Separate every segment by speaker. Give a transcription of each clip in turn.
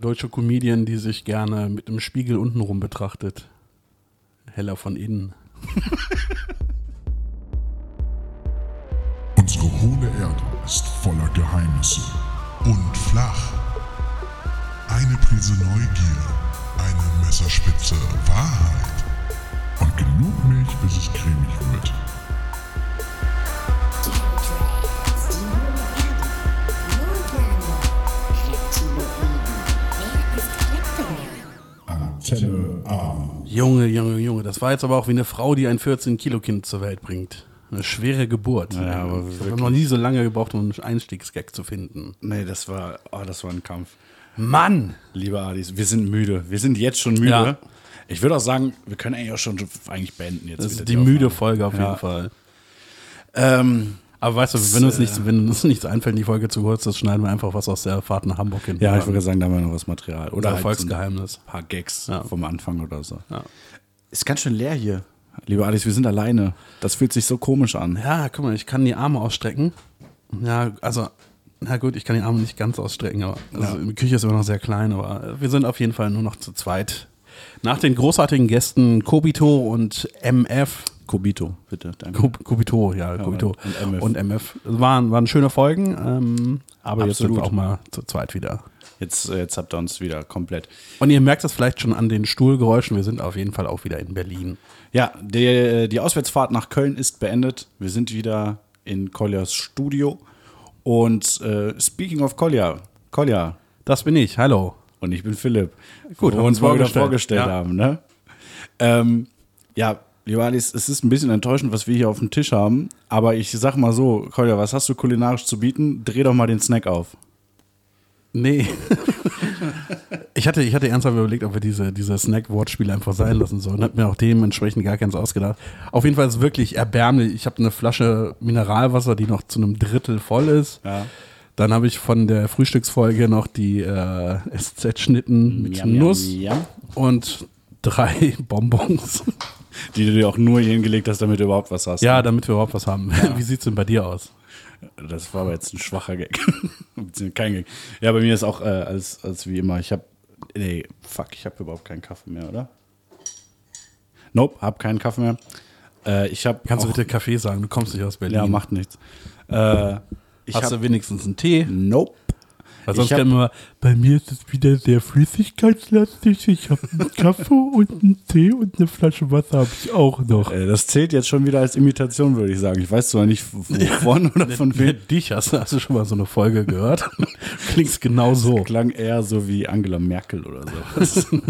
Speaker 1: Deutsche Comedian, die sich gerne mit einem Spiegel untenrum betrachtet. Heller von innen.
Speaker 2: Unsere hohle Erde ist voller Geheimnisse und flach. Eine Prise Neugier, eine Messerspitze Wahrheit und genug Milch, bis es cremig wird. Antenne A.
Speaker 1: Junge, Junge, Junge. Das war jetzt aber auch wie eine Frau, die ein 14-Kilo-Kind zur Welt bringt. Eine schwere Geburt.
Speaker 3: Ja, aber
Speaker 1: ich habe
Speaker 3: wirklich.
Speaker 1: noch nie so lange gebraucht, um einen Einstiegsgag zu finden.
Speaker 3: Nee, das war, oh, das war ein Kampf.
Speaker 1: Mann!
Speaker 3: Liebe Adis, wir sind müde. Wir sind jetzt schon müde.
Speaker 1: Ja.
Speaker 3: Ich würde auch sagen, wir können eigentlich auch schon eigentlich beenden jetzt.
Speaker 1: Das
Speaker 3: wieder
Speaker 1: ist die müde
Speaker 3: Aufnahme.
Speaker 1: Folge auf jeden
Speaker 3: Ja.
Speaker 1: Fall.
Speaker 3: Ähm,
Speaker 1: Aber weißt du, wenn uns,
Speaker 3: äh,
Speaker 1: nichts, wenn uns nichts einfällt, die Folge zu kurz, das schneiden wir einfach was aus der Fahrt nach Hamburg hin.
Speaker 3: ja, ich würde sagen, da haben wir noch was Material.
Speaker 1: Unser
Speaker 3: Oder halt so ein
Speaker 1: Erfolgsgeheimnis.
Speaker 3: paar Gags
Speaker 1: Ja.
Speaker 3: vom Anfang oder so.
Speaker 1: Ja.
Speaker 3: Ist ganz schön leer hier. Liebe Adis, wir sind alleine. Das fühlt sich so komisch an.
Speaker 1: Ja, guck mal, ich kann die Arme ausstrecken. Ja, also, na gut, ich kann die Arme nicht ganz ausstrecken, aber also, die Küche ist immer noch sehr klein, aber wir sind auf jeden Fall nur noch zu zweit. Nach den großartigen Gästen Kobito und MF.
Speaker 3: Kobito, bitte. Danke.
Speaker 1: Ko- Kobito, ja, Kobito.
Speaker 3: und MF.
Speaker 1: Und MF. Waren, waren schöne Folgen, ähm, aber jetzt sind wir
Speaker 3: Absolut.
Speaker 1: auch mal zu zweit wieder.
Speaker 3: Jetzt, äh, jetzt habt ihr uns wieder komplett.
Speaker 1: Und ihr merkt es vielleicht schon an den Stuhlgeräuschen, wir sind auf jeden Fall auch wieder in Berlin.
Speaker 3: Ja, der, die Auswärtsfahrt nach Köln ist beendet. Wir sind wieder in Koljas Studio. Und äh, speaking of Kolja, Kolja
Speaker 1: Das bin ich, hallo.
Speaker 3: und ich bin Philipp.
Speaker 1: Gut,
Speaker 3: wo
Speaker 1: haben
Speaker 3: wir uns
Speaker 1: wir
Speaker 3: mal wieder
Speaker 1: vorgestellt.
Speaker 3: vorgestellt
Speaker 1: Ja.
Speaker 3: haben. Ne? Ähm, ja, liebe Alice, es ist ein bisschen enttäuschend, was wir hier auf dem Tisch haben. Aber ich sag mal so, Kolja, was hast du kulinarisch zu bieten? Dreh doch mal den Snack auf.
Speaker 1: Nee. ich, hatte, ich hatte ernsthaft überlegt, ob wir diese, diese Snack-Wortspiele einfach sein lassen sollen. Hat mir auch dementsprechend gar keins ausgedacht. Auf jeden Fall ist es wirklich erbärmlich. Ich habe eine Flasche Mineralwasser, die noch zu einem Drittel voll ist.
Speaker 3: Ja.
Speaker 1: Dann habe ich von der Frühstücksfolge noch die äh, SZ-Schnitten mit
Speaker 3: Yum, yum,
Speaker 1: Nuss
Speaker 3: yum.
Speaker 1: und drei Bonbons.
Speaker 3: Die du dir auch nur hier hingelegt hast, damit du überhaupt was hast.
Speaker 1: ja, damit wir überhaupt was haben. Wie sieht's denn bei dir aus?
Speaker 3: Das war aber jetzt ein schwacher Gag. Beziehungsweise Kein Gag. Ja, bei mir ist auch äh, alles, alles wie immer. Ich habe. Nee, fuck, ich habe überhaupt keinen Kaffee mehr, oder? Nope, hab keinen Kaffee mehr. Äh, ich habe.
Speaker 1: Kannst du bitte Kaffee sagen? Du kommst nicht aus Berlin.
Speaker 3: Ja, macht nichts. Äh, ich
Speaker 1: Hast du
Speaker 3: habe.
Speaker 1: wenigstens einen Tee?
Speaker 3: Nope.
Speaker 1: Weil sonst
Speaker 3: Ich hab-
Speaker 1: kennen wir, bei mir ist es wieder sehr flüssigkeitslastig. Ich habe einen Kaffee und einen Tee und eine Flasche Wasser habe ich auch noch.
Speaker 3: Äh, das zählt jetzt schon wieder als Imitation, würde ich sagen. Ich weiß zwar nicht, wovon oder von wem.
Speaker 1: dich hast, hast du schon mal so eine Folge gehört? Klingt genau so.
Speaker 3: Oh, Klang eher so wie Angela Merkel oder sowas.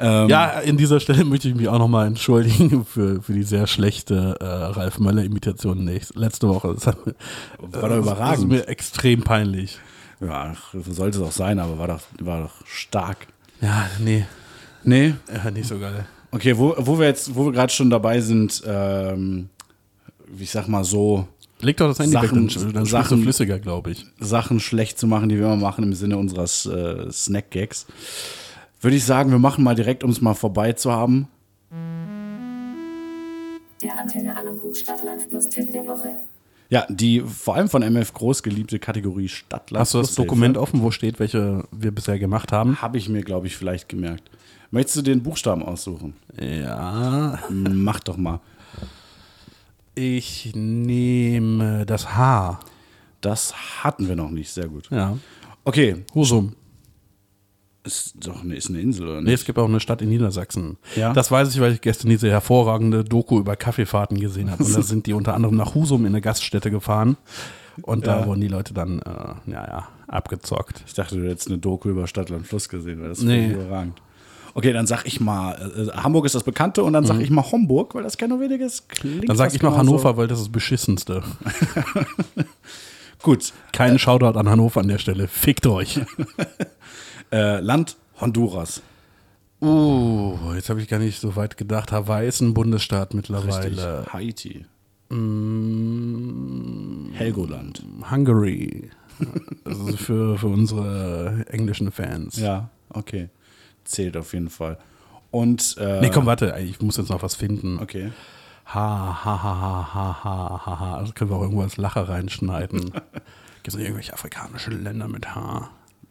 Speaker 1: Ja, an dieser Stelle möchte ich mich auch nochmal entschuldigen für, für die sehr schlechte äh, Ralf Möller-Imitation nächst- letzte Woche. Das hat, mir-
Speaker 3: War
Speaker 1: äh,
Speaker 3: doch
Speaker 1: Das ist
Speaker 3: überragend.
Speaker 1: mir extrem peinlich.
Speaker 3: Ja, ach, sollte es auch sein, aber war doch, war doch stark.
Speaker 1: Ja, nee,
Speaker 3: Nee,
Speaker 1: ja, nicht so geil.
Speaker 3: Okay, wo, wo wir jetzt, wo wir gerade schon dabei sind, ähm, ich sag mal so,
Speaker 1: Leg doch das Handy
Speaker 3: Sachen-
Speaker 1: weg, dann, dann spielst du
Speaker 3: Sachen-
Speaker 1: flüssiger, glaube ich.
Speaker 3: Sachen schlecht zu machen, die wir immer machen im Sinne unseres äh, Snack-Gags, würde ich sagen, wir machen mal direkt, um es mal vorbei zu haben.
Speaker 4: Der Antenne Aluhut Stadtland plus Tipp der Woche.
Speaker 3: Ja, die vor allem von MF Groß geliebte Kategorie Stadtland.
Speaker 1: Hast du das Dokument offen, wo steht, welche wir bisher gemacht haben?
Speaker 3: Habe ich mir, glaube ich, vielleicht gemerkt. Möchtest du den Buchstaben aussuchen?
Speaker 1: Ja,
Speaker 3: Mach doch mal.
Speaker 1: ich nehme das H.
Speaker 3: Das hatten wir noch nicht, sehr gut.
Speaker 1: Ja.
Speaker 3: Okay,
Speaker 1: Husum.
Speaker 3: ist doch eine, ist eine Insel, oder nicht?
Speaker 1: Nee, es gibt auch eine Stadt in Niedersachsen.
Speaker 3: Ja.
Speaker 1: Das weiß ich, weil ich gestern diese hervorragende Doku über Kaffeefahrten gesehen habe. Und da sind die unter anderem nach Husum in eine Gaststätte gefahren. Und da
Speaker 3: Ja.
Speaker 1: wurden die Leute dann, äh, ja, ja, abgezockt.
Speaker 3: Ich dachte, du hättest eine Doku über Stadt, Land, Fluss gesehen, weil das
Speaker 1: Nee.
Speaker 3: nee. überragend. Okay, dann sag ich mal, äh, Hamburg ist das Bekannte und dann sag ich mal Homburg, weil das kein weniges klingt.
Speaker 1: Mhm. Dann sag
Speaker 3: fast
Speaker 1: ich noch
Speaker 3: genauso.
Speaker 1: Hannover, weil das ist das Beschissenste.
Speaker 3: Gut,
Speaker 1: Keinen Shoutout an Hannover an der Stelle. Fickt euch.
Speaker 3: äh, Land Honduras.
Speaker 1: Uh, jetzt habe ich gar nicht so weit gedacht. Hawaii ist ein Bundesstaat mittlerweile.
Speaker 3: äh,
Speaker 1: Hm.
Speaker 3: Haiti. Helgoland.
Speaker 1: Hungary. Also für, für unsere englischen Fans.
Speaker 3: Ja, okay. Zählt auf jeden Fall. Und äh,
Speaker 1: Nee, komm, warte, ich muss jetzt noch was finden.
Speaker 3: okay.
Speaker 1: Ha, ha, ha, ha, ha, ha, ha, Also ha. Das können wir auch irgendwo als Lacher reinschneiden. Gibt es irgendwelche afrikanischen Länder mit H?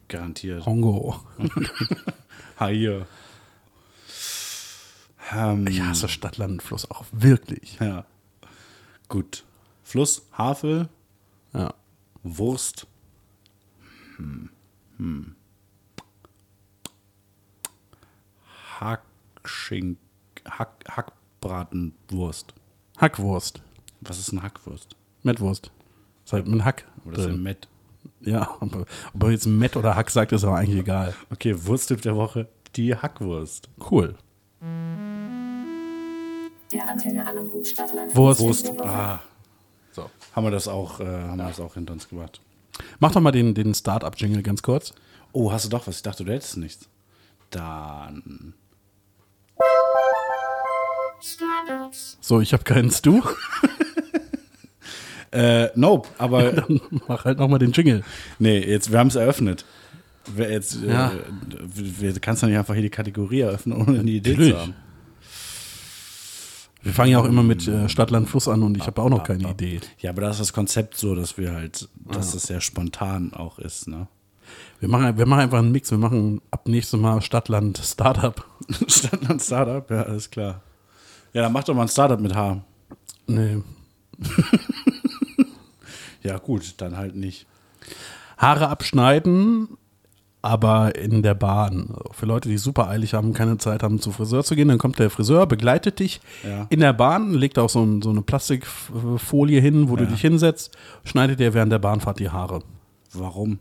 Speaker 3: Garantiert.
Speaker 1: Hongo.
Speaker 3: Haie. Ähm,
Speaker 1: Ich hasse Stadt, Land und Fluss auch wirklich.
Speaker 3: ja. Gut. Fluss, Havel,
Speaker 1: Ja.
Speaker 3: Wurst. Hm. Hm. Hackschink. Hack, Hackbratenwurst.
Speaker 1: Hackwurst.
Speaker 3: Was ist eine Hackwurst?
Speaker 1: Mettwurst. Ist halt mit Hack.
Speaker 3: Oder ist
Speaker 1: drin.
Speaker 3: ein Met?
Speaker 1: ja, aber- ob man jetzt Mett oder Hack sagt, ist aber eigentlich egal.
Speaker 3: Okay, Wursttipp der Woche, die Hackwurst.
Speaker 1: Cool.
Speaker 4: Der Antenne Aluhut Stadtland.
Speaker 1: Wurst.
Speaker 3: Wurst. Ah,
Speaker 1: So.
Speaker 3: haben wir das auch, äh, haben wir das auch hinter uns gebracht.
Speaker 1: Mach doch mal den, den Start-up-Jingle ganz kurz.
Speaker 3: Oh, hast du doch was? Ich dachte, du hättest nichts. Dann.
Speaker 1: So, ich habe keinen Stu.
Speaker 3: Äh, nope, aber
Speaker 1: Mach halt nochmal den Jingle.
Speaker 3: nee, jetzt, wir haben es eröffnet. Wir, jetzt,
Speaker 1: Ja.
Speaker 3: äh, wir, wir kannst du nicht einfach hier die Kategorie eröffnen, ohne eine Idee
Speaker 1: Natürlich.
Speaker 3: zu haben.
Speaker 1: Wir fangen ja auch immer mit äh, Stadt, Land, Fluss an und ich habe auch noch keine Idee.
Speaker 3: Ja, aber da ist das Konzept so, dass wir halt, dass das sehr spontan auch ist, ne?
Speaker 1: Wir machen, wir machen einfach einen Mix. Wir machen ab nächstem Mal Stadt, Land, Startup.
Speaker 3: Statt ein Startup, ja, alles klar. Ja, dann mach doch mal ein Startup mit H.
Speaker 1: Nee.
Speaker 3: Ja, gut, dann halt nicht.
Speaker 1: Haare abschneiden, aber in der Bahn. Also Für Leute, die super eilig haben, keine Zeit haben, zum Friseur zu gehen, dann kommt der Friseur, begleitet dich
Speaker 3: Ja.
Speaker 1: in der Bahn, legt auch so, ein, so eine Plastikfolie hin, wo du
Speaker 3: Ja.
Speaker 1: dich hinsetzt, schneidet dir während der Bahnfahrt die Haare.
Speaker 3: Warum?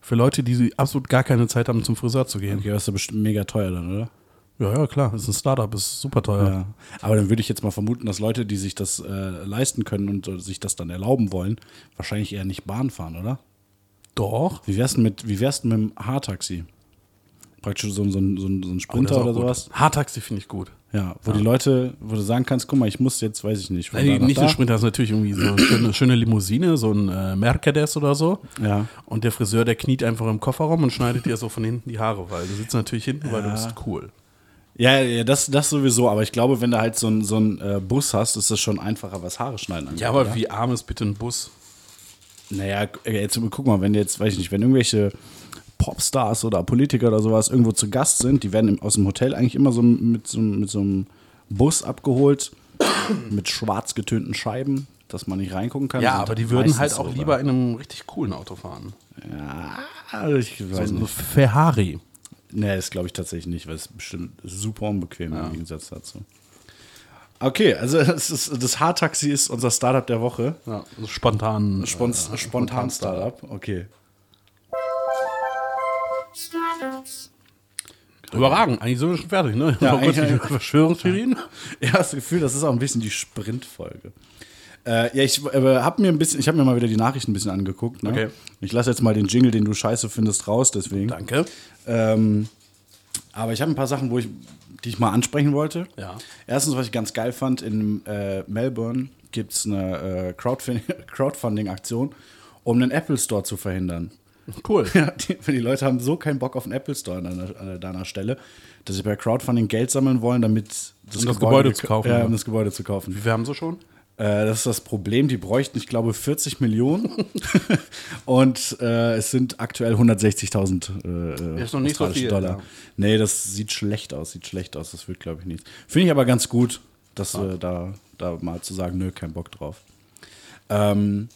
Speaker 1: Für Leute, die absolut gar keine Zeit haben, zum Friseur zu gehen.
Speaker 3: Okay, das ist ja bestimmt mega teuer dann, oder?
Speaker 1: Ja, ja, klar, ist ein Startup, ist super teuer.
Speaker 3: Ja. Aber dann würde ich jetzt mal vermuten, dass Leute, die sich das äh, leisten können und äh, sich das dann erlauben wollen, wahrscheinlich eher nicht Bahn fahren, oder?
Speaker 1: Doch.
Speaker 3: Wie wär's denn mit, wie wär's denn mit dem Haartaxi? Praktisch so, ein- so, ein- so, ein- so ein
Speaker 1: Oh, Das ist
Speaker 3: Sprinter
Speaker 1: auch
Speaker 3: oder
Speaker 1: gut.
Speaker 3: sowas.
Speaker 1: Haartaxi finde ich gut.
Speaker 3: Ja, wo die Leute, wo du sagen kannst, guck mal, ich muss jetzt, weiß ich nicht. von
Speaker 1: Nee,
Speaker 3: da nach
Speaker 1: nicht
Speaker 3: da.
Speaker 1: ein Sprinter, das ist natürlich irgendwie so eine schöne, schöne Limousine, so ein äh, Mercedes oder so.
Speaker 3: Ja.
Speaker 1: Und der Friseur, der kniet einfach im Kofferraum und schneidet dir so von hinten die Haare, weil du sitzt natürlich hinten, weil du bist cool.
Speaker 3: Ja, ja das, das sowieso, aber ich glaube, wenn du halt so einen so einen, äh, Bus hast, ist das schon einfacher, was Haare schneiden angeht.
Speaker 1: Ja, aber wie arm ist bitte ein Bus?
Speaker 3: Naja, äh, jetzt guck mal, wenn jetzt, weiß ich nicht, wenn irgendwelche Popstars oder Politiker oder sowas irgendwo zu Gast sind, die werden im, aus dem Hotel eigentlich immer so mit so, mit so einem Bus abgeholt, mit schwarz getönten Scheiben, dass man nicht reingucken kann.
Speaker 1: Ja,
Speaker 3: Sind
Speaker 1: aber die würden
Speaker 3: meistens
Speaker 1: halt auch
Speaker 3: so,
Speaker 1: lieber in einem richtig coolen Auto fahren.
Speaker 3: Ja, ich weiß
Speaker 1: So ein
Speaker 3: nicht.
Speaker 1: Ferrari.
Speaker 3: Nee, das glaube ich tatsächlich nicht, weil es ist bestimmt super unbequem im Gegensatz dazu. Okay, also es ist, das Haartaxi ist unser Startup der Woche.
Speaker 1: Ja, so spontan.
Speaker 3: Spon spontan Startup, okay.
Speaker 1: Überragend, eigentlich sind wir schon fertig, ne?
Speaker 3: Ja,
Speaker 1: Noch kurz
Speaker 3: eigentlich-
Speaker 1: die Verschwörungstheorien.
Speaker 3: Ja, das Gefühl, das ist auch ein bisschen die Sprintfolge. Äh, ja, ich äh, habe mir ein bisschen, ich habe mir mal wieder die Nachrichten ein bisschen angeguckt. Ne?
Speaker 1: Okay.
Speaker 3: Ich lasse jetzt mal den Jingle, den du scheiße findest, raus, deswegen.
Speaker 1: Danke.
Speaker 3: Ähm, aber ich habe ein paar Sachen, wo ich, die ich mal ansprechen wollte.
Speaker 1: Ja.
Speaker 3: Erstens, was ich ganz geil fand, in äh, Melbourne gibt es eine äh, Crowdfin- Crowdfunding-Aktion, um einen Apple Store zu verhindern.
Speaker 1: Cool.
Speaker 3: Ja, die, die Leute haben so keinen Bock auf einen Apple Store an einer, an deiner Stelle, dass sie bei Crowdfunding Geld sammeln wollen, damit
Speaker 1: Um das Gebäude
Speaker 3: gek-
Speaker 1: zu kaufen,
Speaker 3: Ja,
Speaker 1: ja.
Speaker 3: um das Gebäude zu kaufen.
Speaker 1: Wie wir haben sie schon?
Speaker 3: Äh, das ist das Problem. Die bräuchten, ich glaube, 40 Millionen. Und äh, es sind aktuell 160.000 äh,
Speaker 1: Ist noch nicht so
Speaker 3: australische
Speaker 1: viel,
Speaker 3: Dollar.
Speaker 1: ja.
Speaker 3: Nee, das sieht schlecht aus. Sieht schlecht aus. Das wird, glaube ich, nichts. Finde ich aber ganz gut, dass äh, da, da mal zu sagen, nö, kein Bock drauf. Ähm,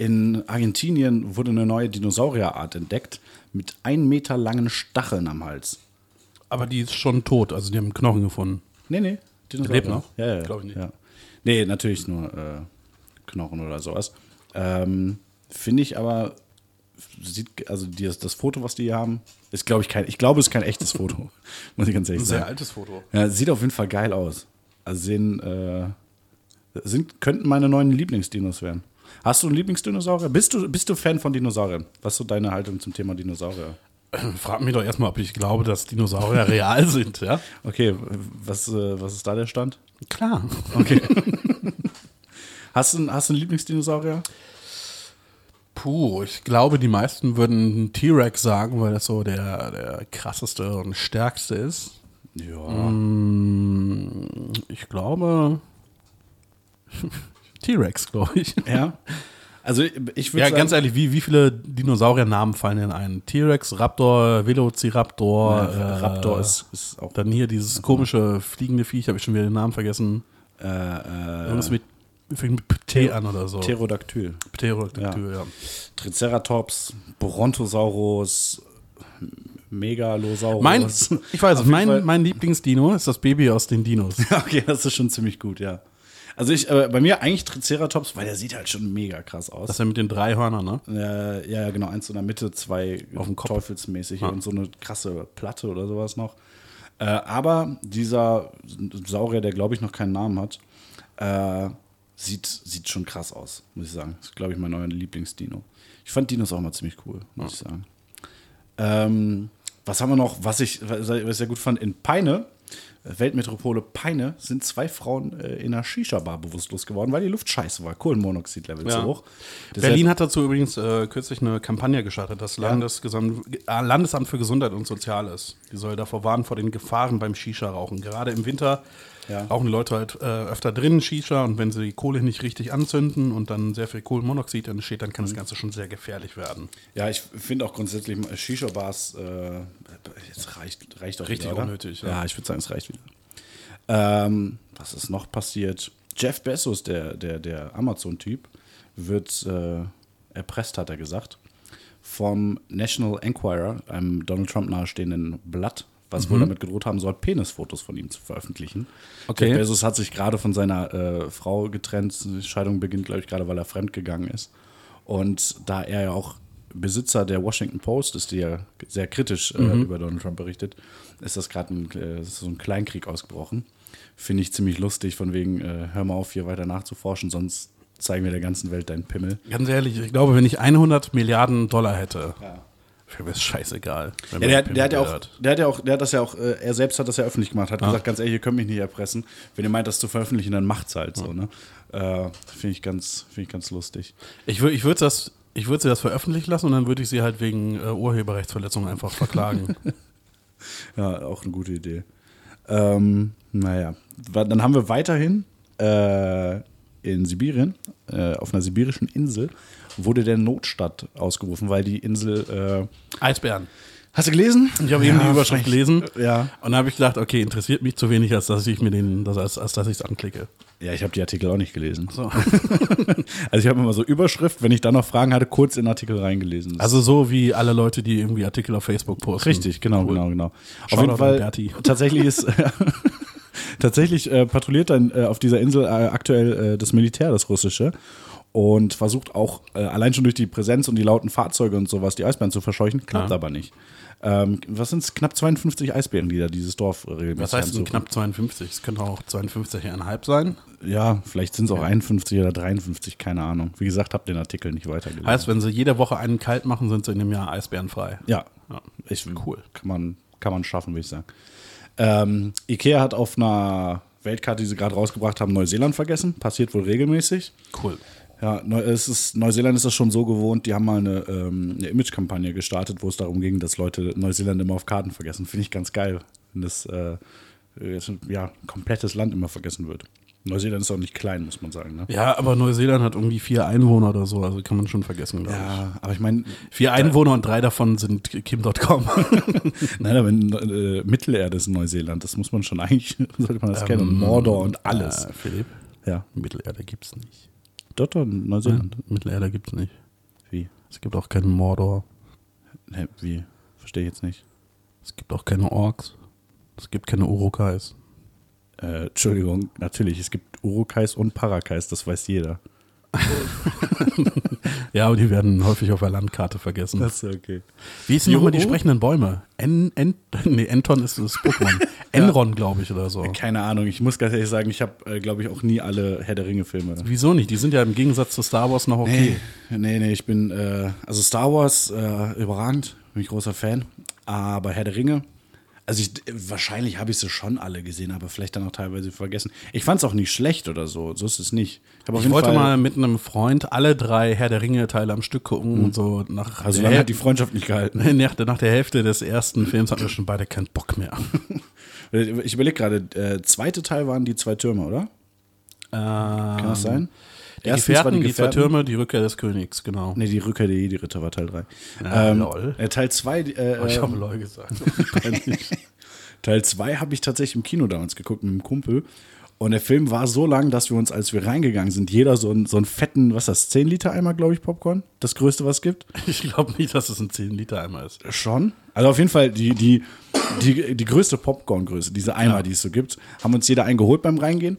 Speaker 3: in Argentinien wurde eine neue Dinosaurierart entdeckt mit ein Meter langen Stacheln am Hals.
Speaker 1: Aber die ist schon tot, also die haben Knochen gefunden.
Speaker 3: Nee, nee. Dinosaurier.
Speaker 1: lebt noch?
Speaker 3: Ja, ja.
Speaker 1: Glaub ich nicht.
Speaker 3: Ja. Nee, natürlich nur äh, Knochen oder sowas. Ähm, Finde ich aber, sieht, also die, das Foto, was die hier haben, ist, glaube ich, kein, ich glaube, es ist kein echtes Foto. muss ich ganz ehrlich sagen.
Speaker 1: Foto.
Speaker 3: Ja, sieht auf jeden Fall geil aus. Also sehen, äh, sind, könnten meine neuen Lieblingsdinos werden. Hast du einen Lieblingsdinosaurier? Bist du, bist du Fan von Dinosauriern? Was ist so deine Haltung zum Thema Dinosaurier?
Speaker 1: Frag mich doch erstmal, ob ich glaube, dass Dinosaurier real sind, ja?
Speaker 3: Okay, was, äh, was ist da der Stand?
Speaker 1: Klar.
Speaker 3: Okay. hast, du, hast du einen Lieblingsdinosaurier?
Speaker 1: Puh, ich glaube, die meisten würden T-Rex sagen, weil das so der, der krasseste und stärkste ist.
Speaker 3: Ja.
Speaker 1: Hm, Ich glaube. T-Rex, glaube ich.
Speaker 3: Ja. Also ich würde
Speaker 1: Ja, ganz ehrlich, wie, wie viele Dinosauriernamen fallen denn ein? T-Rex, Raptor, Velociraptor. äh,
Speaker 3: Raptor ist, ist auch
Speaker 1: Dann hier dieses komische fliegende Viech, habe ich schon wieder den Namen vergessen.
Speaker 3: äh, äh,
Speaker 1: Irgendwas mit, fängt mit P an oder so.
Speaker 3: Pterodactyl.
Speaker 1: Pterodactyl, ja.
Speaker 3: Triceratops, Brontosaurus, Megalosaurus.
Speaker 1: Mein, ich weiß,
Speaker 3: Oh, Auf
Speaker 1: es,
Speaker 3: jeden Fall-
Speaker 1: mein, mein Lieblingsdino ist das Baby aus den Dinos.
Speaker 3: Okay, das ist schon ziemlich gut, ja. Also ich, äh, bei mir eigentlich Triceratops, weil der sieht halt schon mega krass aus.
Speaker 1: Das ist ja mit den drei Hörnern, ne?
Speaker 3: Äh, ja, ja, genau, eins in der Mitte, zwei auf dem Kopf. Ah. teufelsmäßig und so eine krasse Platte oder sowas noch. Äh, aber dieser Saurier, der glaube ich noch keinen Namen hat, äh, sieht, sieht schon krass aus, muss ich sagen. Das ist, glaube ich, mein neuer Lieblingsdino. Ich fand Dinos auch mal ziemlich cool, muss ich sagen. Ähm, was haben wir noch, was ich, was ich sehr gut fand? In Peine, Weltmetropole Peine, sind zwei Frauen äh, in einer Shisha-Bar bewusstlos geworden, weil die Luft scheiße war. Kohlenmonoxid-Level zu
Speaker 1: Ja.
Speaker 3: hoch. Deshalb-
Speaker 1: Berlin hat dazu übrigens äh, kürzlich eine Kampagne gestartet, das Landesgesam äh, Landesamt für Gesundheit und Soziales. Die soll davor warnen, vor den Gefahren beim Shisha-Rauchen. Gerade im Winter
Speaker 3: Ja.
Speaker 1: rauchen die Leute halt äh, öfter drinnen Shisha und wenn sie die Kohle nicht richtig anzünden und dann sehr viel Kohlenmonoxid entsteht, dann kann
Speaker 3: Mhm.
Speaker 1: das Ganze schon sehr gefährlich werden.
Speaker 3: Ja, ich finde auch grundsätzlich äh, Shisha-Bars, äh, jetzt reicht, reicht auch
Speaker 1: Richtig
Speaker 3: wieder, oder?
Speaker 1: unnötig,
Speaker 3: Ja,
Speaker 1: ja.
Speaker 3: ich würde sagen, es reicht wieder. Ähm, was ist noch passiert? Jeff Bezos, der, der, der Amazon-Typ, wird äh, erpresst, hat er gesagt, vom National Enquirer, einem Donald Trump nahestehenden Blatt, was
Speaker 1: Mhm.
Speaker 3: wohl damit gedroht haben soll, Penisfotos von ihm zu veröffentlichen.
Speaker 1: Okay.
Speaker 3: Jeff Bezos Also hat sich gerade von seiner äh, Frau getrennt. Die Scheidung beginnt, glaube ich, gerade, weil er fremdgegangen ist. Und da er ja auch Besitzer der Washington Post ist, die ja sehr kritisch äh, über Donald Trump berichtet, ist das gerade ein, äh, ist so ein Kleinkrieg ausgebrochen. Finde ich ziemlich lustig, von wegen, äh, hör mal auf, hier weiter nachzuforschen, sonst zeigen wir der ganzen Welt deinen Pimmel.
Speaker 1: Ganz ehrlich, ich glaube, wenn ich 100 Milliarden Dollar hätte,
Speaker 3: Ja.
Speaker 1: wäre es scheißegal. wenn
Speaker 3: Ja,
Speaker 1: man
Speaker 3: der,
Speaker 1: Pimmel
Speaker 3: der, hat ja auch, Ah.
Speaker 1: gehört.
Speaker 3: der hat ja auch, der hat das ja auch, äh, er selbst hat das ja öffentlich gemacht, hat gesagt, ganz ehrlich, ihr könnt mich nicht erpressen. Wenn ihr meint, das zu veröffentlichen, dann macht's halt so, ne? Äh, Finde ich ganz, finde ich ganz lustig.
Speaker 1: Ich, wür- ich würde das, ich würde sie das veröffentlichen lassen und dann würde ich sie halt wegen äh, Urheberrechtsverletzung einfach verklagen.
Speaker 3: Ja, auch eine gute Idee. Ähm, naja, Wa- dann haben wir weiterhin äh, in Sibirien, äh, auf einer sibirischen Insel, wurde der Notstand ausgerufen, weil die Insel. Äh,
Speaker 1: Eisbären.
Speaker 3: hast du gelesen?
Speaker 1: Ich habe eben die Überschrift gelesen.
Speaker 3: Ja.
Speaker 1: Und da habe ich gedacht, okay, interessiert mich zu wenig, als dass ich mir den, das- als, als dass ich es anklicke.
Speaker 3: Ja, ich habe die Artikel auch nicht gelesen.
Speaker 1: So.
Speaker 3: Also ich habe immer so Überschrift, wenn ich dann noch Fragen hatte, kurz in den Artikel reingelesen. Das
Speaker 1: Also so wie alle Leute, die irgendwie Artikel auf Facebook posten.
Speaker 3: Richtig, genau, genau, genau. Auf
Speaker 1: Hm, Shoutout
Speaker 3: jeden Fall,
Speaker 1: an Berti.
Speaker 3: tatsächlich ist tatsächlich äh, patrouilliert dann äh, auf dieser Insel äh, aktuell äh, das Militär, das russische, und versucht auch äh, allein schon durch die Präsenz und die lauten Fahrzeuge und sowas die Eisbären zu verscheuchen, klappt
Speaker 1: Ja.
Speaker 3: aber nicht. Ähm, was sind es? Knapp 52 Eisbären, die da dieses Dorf regelmäßig
Speaker 1: Was heißt denn
Speaker 3: heimsuchen.
Speaker 1: knapp 52? Es können auch 52,5 sein.
Speaker 3: Ja, vielleicht sind es auch 51 oder 53, keine Ahnung. Wie gesagt, habe den Artikel nicht weitergelesen.
Speaker 1: Heißt, wenn sie jede Woche einen kalt machen, sind sie in dem Jahr eisbärenfrei.
Speaker 3: Ja,
Speaker 1: Ja.
Speaker 3: Ich, cool. Kann man, kann man schaffen, würde ich sagen. Ähm, Ikea hat auf einer Weltkarte, die sie gerade rausgebracht haben, Neuseeland vergessen. Passiert wohl regelmäßig.
Speaker 1: Cool.
Speaker 3: Ja, Neu es ist, Neuseeland ist das schon so gewohnt, die haben mal eine, ähm, eine Image-Kampagne gestartet, wo es darum ging, dass Leute Neuseeland immer auf Karten vergessen. Finde ich ganz geil, wenn das äh, jetzt, ja, ein komplettes Land immer vergessen wird. Neuseeland ist auch nicht klein, muss man sagen. Ne?
Speaker 1: Ja, aber Neuseeland hat irgendwie vier Einwohner oder so, also kann man schon vergessen, glaube ich.
Speaker 3: Ja, aber ich meine,
Speaker 1: Vier Einwohner und drei davon sind Kim.com.
Speaker 3: Nein, aber in, äh, Mittelerde ist Neuseeland, das muss man schon eigentlich, sollte man das kennen. Und Mordor und alles.
Speaker 1: Ähm, Äh, Philipp,
Speaker 3: ja.
Speaker 1: Mittelerde gibt's nicht.
Speaker 3: Dort in Neuseeland.
Speaker 1: Mittelerde gibt's nicht.
Speaker 3: Wie?
Speaker 1: Es gibt auch keinen Mordor.
Speaker 3: Hä, wie? Verstehe ich jetzt nicht.
Speaker 1: Es gibt auch keine Orks. Es gibt keine Urukais.
Speaker 3: Äh, Entschuldigung, natürlich, es gibt Urukais und Parakais, das weiß jeder.
Speaker 1: Ja, aber die werden häufig auf der Landkarte vergessen.
Speaker 3: ist okay.
Speaker 1: Wie ist denn
Speaker 3: Juhu?
Speaker 1: nochmal die sprechenden Bäume? En, en, nee, Enton ist das Pokémon. Enron, glaube ich, oder so.
Speaker 3: Keine Ahnung, ich muss ganz ehrlich sagen, ich habe, äh, glaube ich, auch nie alle Herr der Ringe-Filme.
Speaker 1: Wieso nicht? Die sind ja im Gegensatz zu Star Wars noch okay.
Speaker 3: Nee, nee, nee, ich bin, äh, also Star Wars, äh, überragend, bin ich großer Fan, aber Herr der Ringe, also ich, wahrscheinlich habe ich sie schon alle gesehen, aber vielleicht dann auch teilweise vergessen. Ich fand es auch nicht schlecht oder so, so ist es nicht. Ich, hab auf
Speaker 1: Ich
Speaker 3: jeden
Speaker 1: wollte
Speaker 3: Fall-
Speaker 1: mal mit einem Freund alle drei Herr der Ringe-Teile am Stück gucken und so nach,
Speaker 3: Hm. also
Speaker 1: der
Speaker 3: dann hat die
Speaker 1: Häl-
Speaker 3: Freundschaft nicht gehalten.
Speaker 1: nach, der- nach der Hälfte des ersten Films hatten wir schon beide keinen Bock mehr.
Speaker 3: Ich überlege gerade, äh, zweite Teil waren die zwei Türme, oder?
Speaker 1: Kann
Speaker 3: Kann das sein?
Speaker 1: Ähm, Die
Speaker 3: Erstens
Speaker 1: Gefährten,
Speaker 3: war die
Speaker 1: die zwei
Speaker 3: Gefährten-
Speaker 1: Türme, die Rückkehr des Königs, genau.
Speaker 3: Nee, die Rückkehr der Jedi-Ritter war Teil 3.
Speaker 1: Ja, Ah, lol.
Speaker 3: Teil 2. Äh,
Speaker 1: ich habe
Speaker 3: ähm,
Speaker 1: LOL gesagt.
Speaker 3: peinlich. Teil 2 habe ich tatsächlich im Kino damals geguckt mit einem Kumpel. Und der Film war so lang, dass wir uns, als wir reingegangen sind, jeder so einen, so einen fetten, was ist das, 10 Liter Eimer, glaube ich, Popcorn? Das größte, was es gibt?
Speaker 1: Ich glaube nicht, dass es ein 10-Liter-Eimer ist.
Speaker 3: Schon. Also auf jeden Fall die, die, die, die größte Popcorn-Größe, diese Eimer, die es so gibt, haben uns jeder eingeholt beim Reingehen.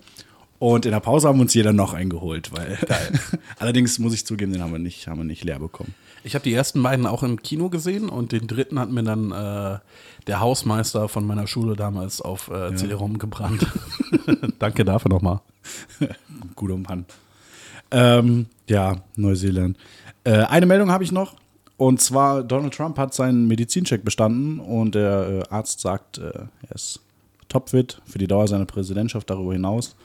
Speaker 3: Und in der Pause haben uns jeder noch eingeholt, weil. Allerdings muss ich zugeben, den haben wir nicht, haben wir nicht leer bekommen.
Speaker 1: Ich habe die ersten beiden auch im Kino gesehen und den dritten hat mir dann äh, der Hausmeister von meiner Schule damals auf äh, CD-ROM gebrannt. Danke dafür nochmal.
Speaker 3: Guter Mann. um Ähm, ja, Neuseeland. Äh, eine Meldung habe ich noch. Und zwar, Donald Trump hat seinen Medizincheck bestanden und der äh, Arzt sagt, äh, er ist topfit für die Dauer seiner Präsidentschaft darüber hinaus.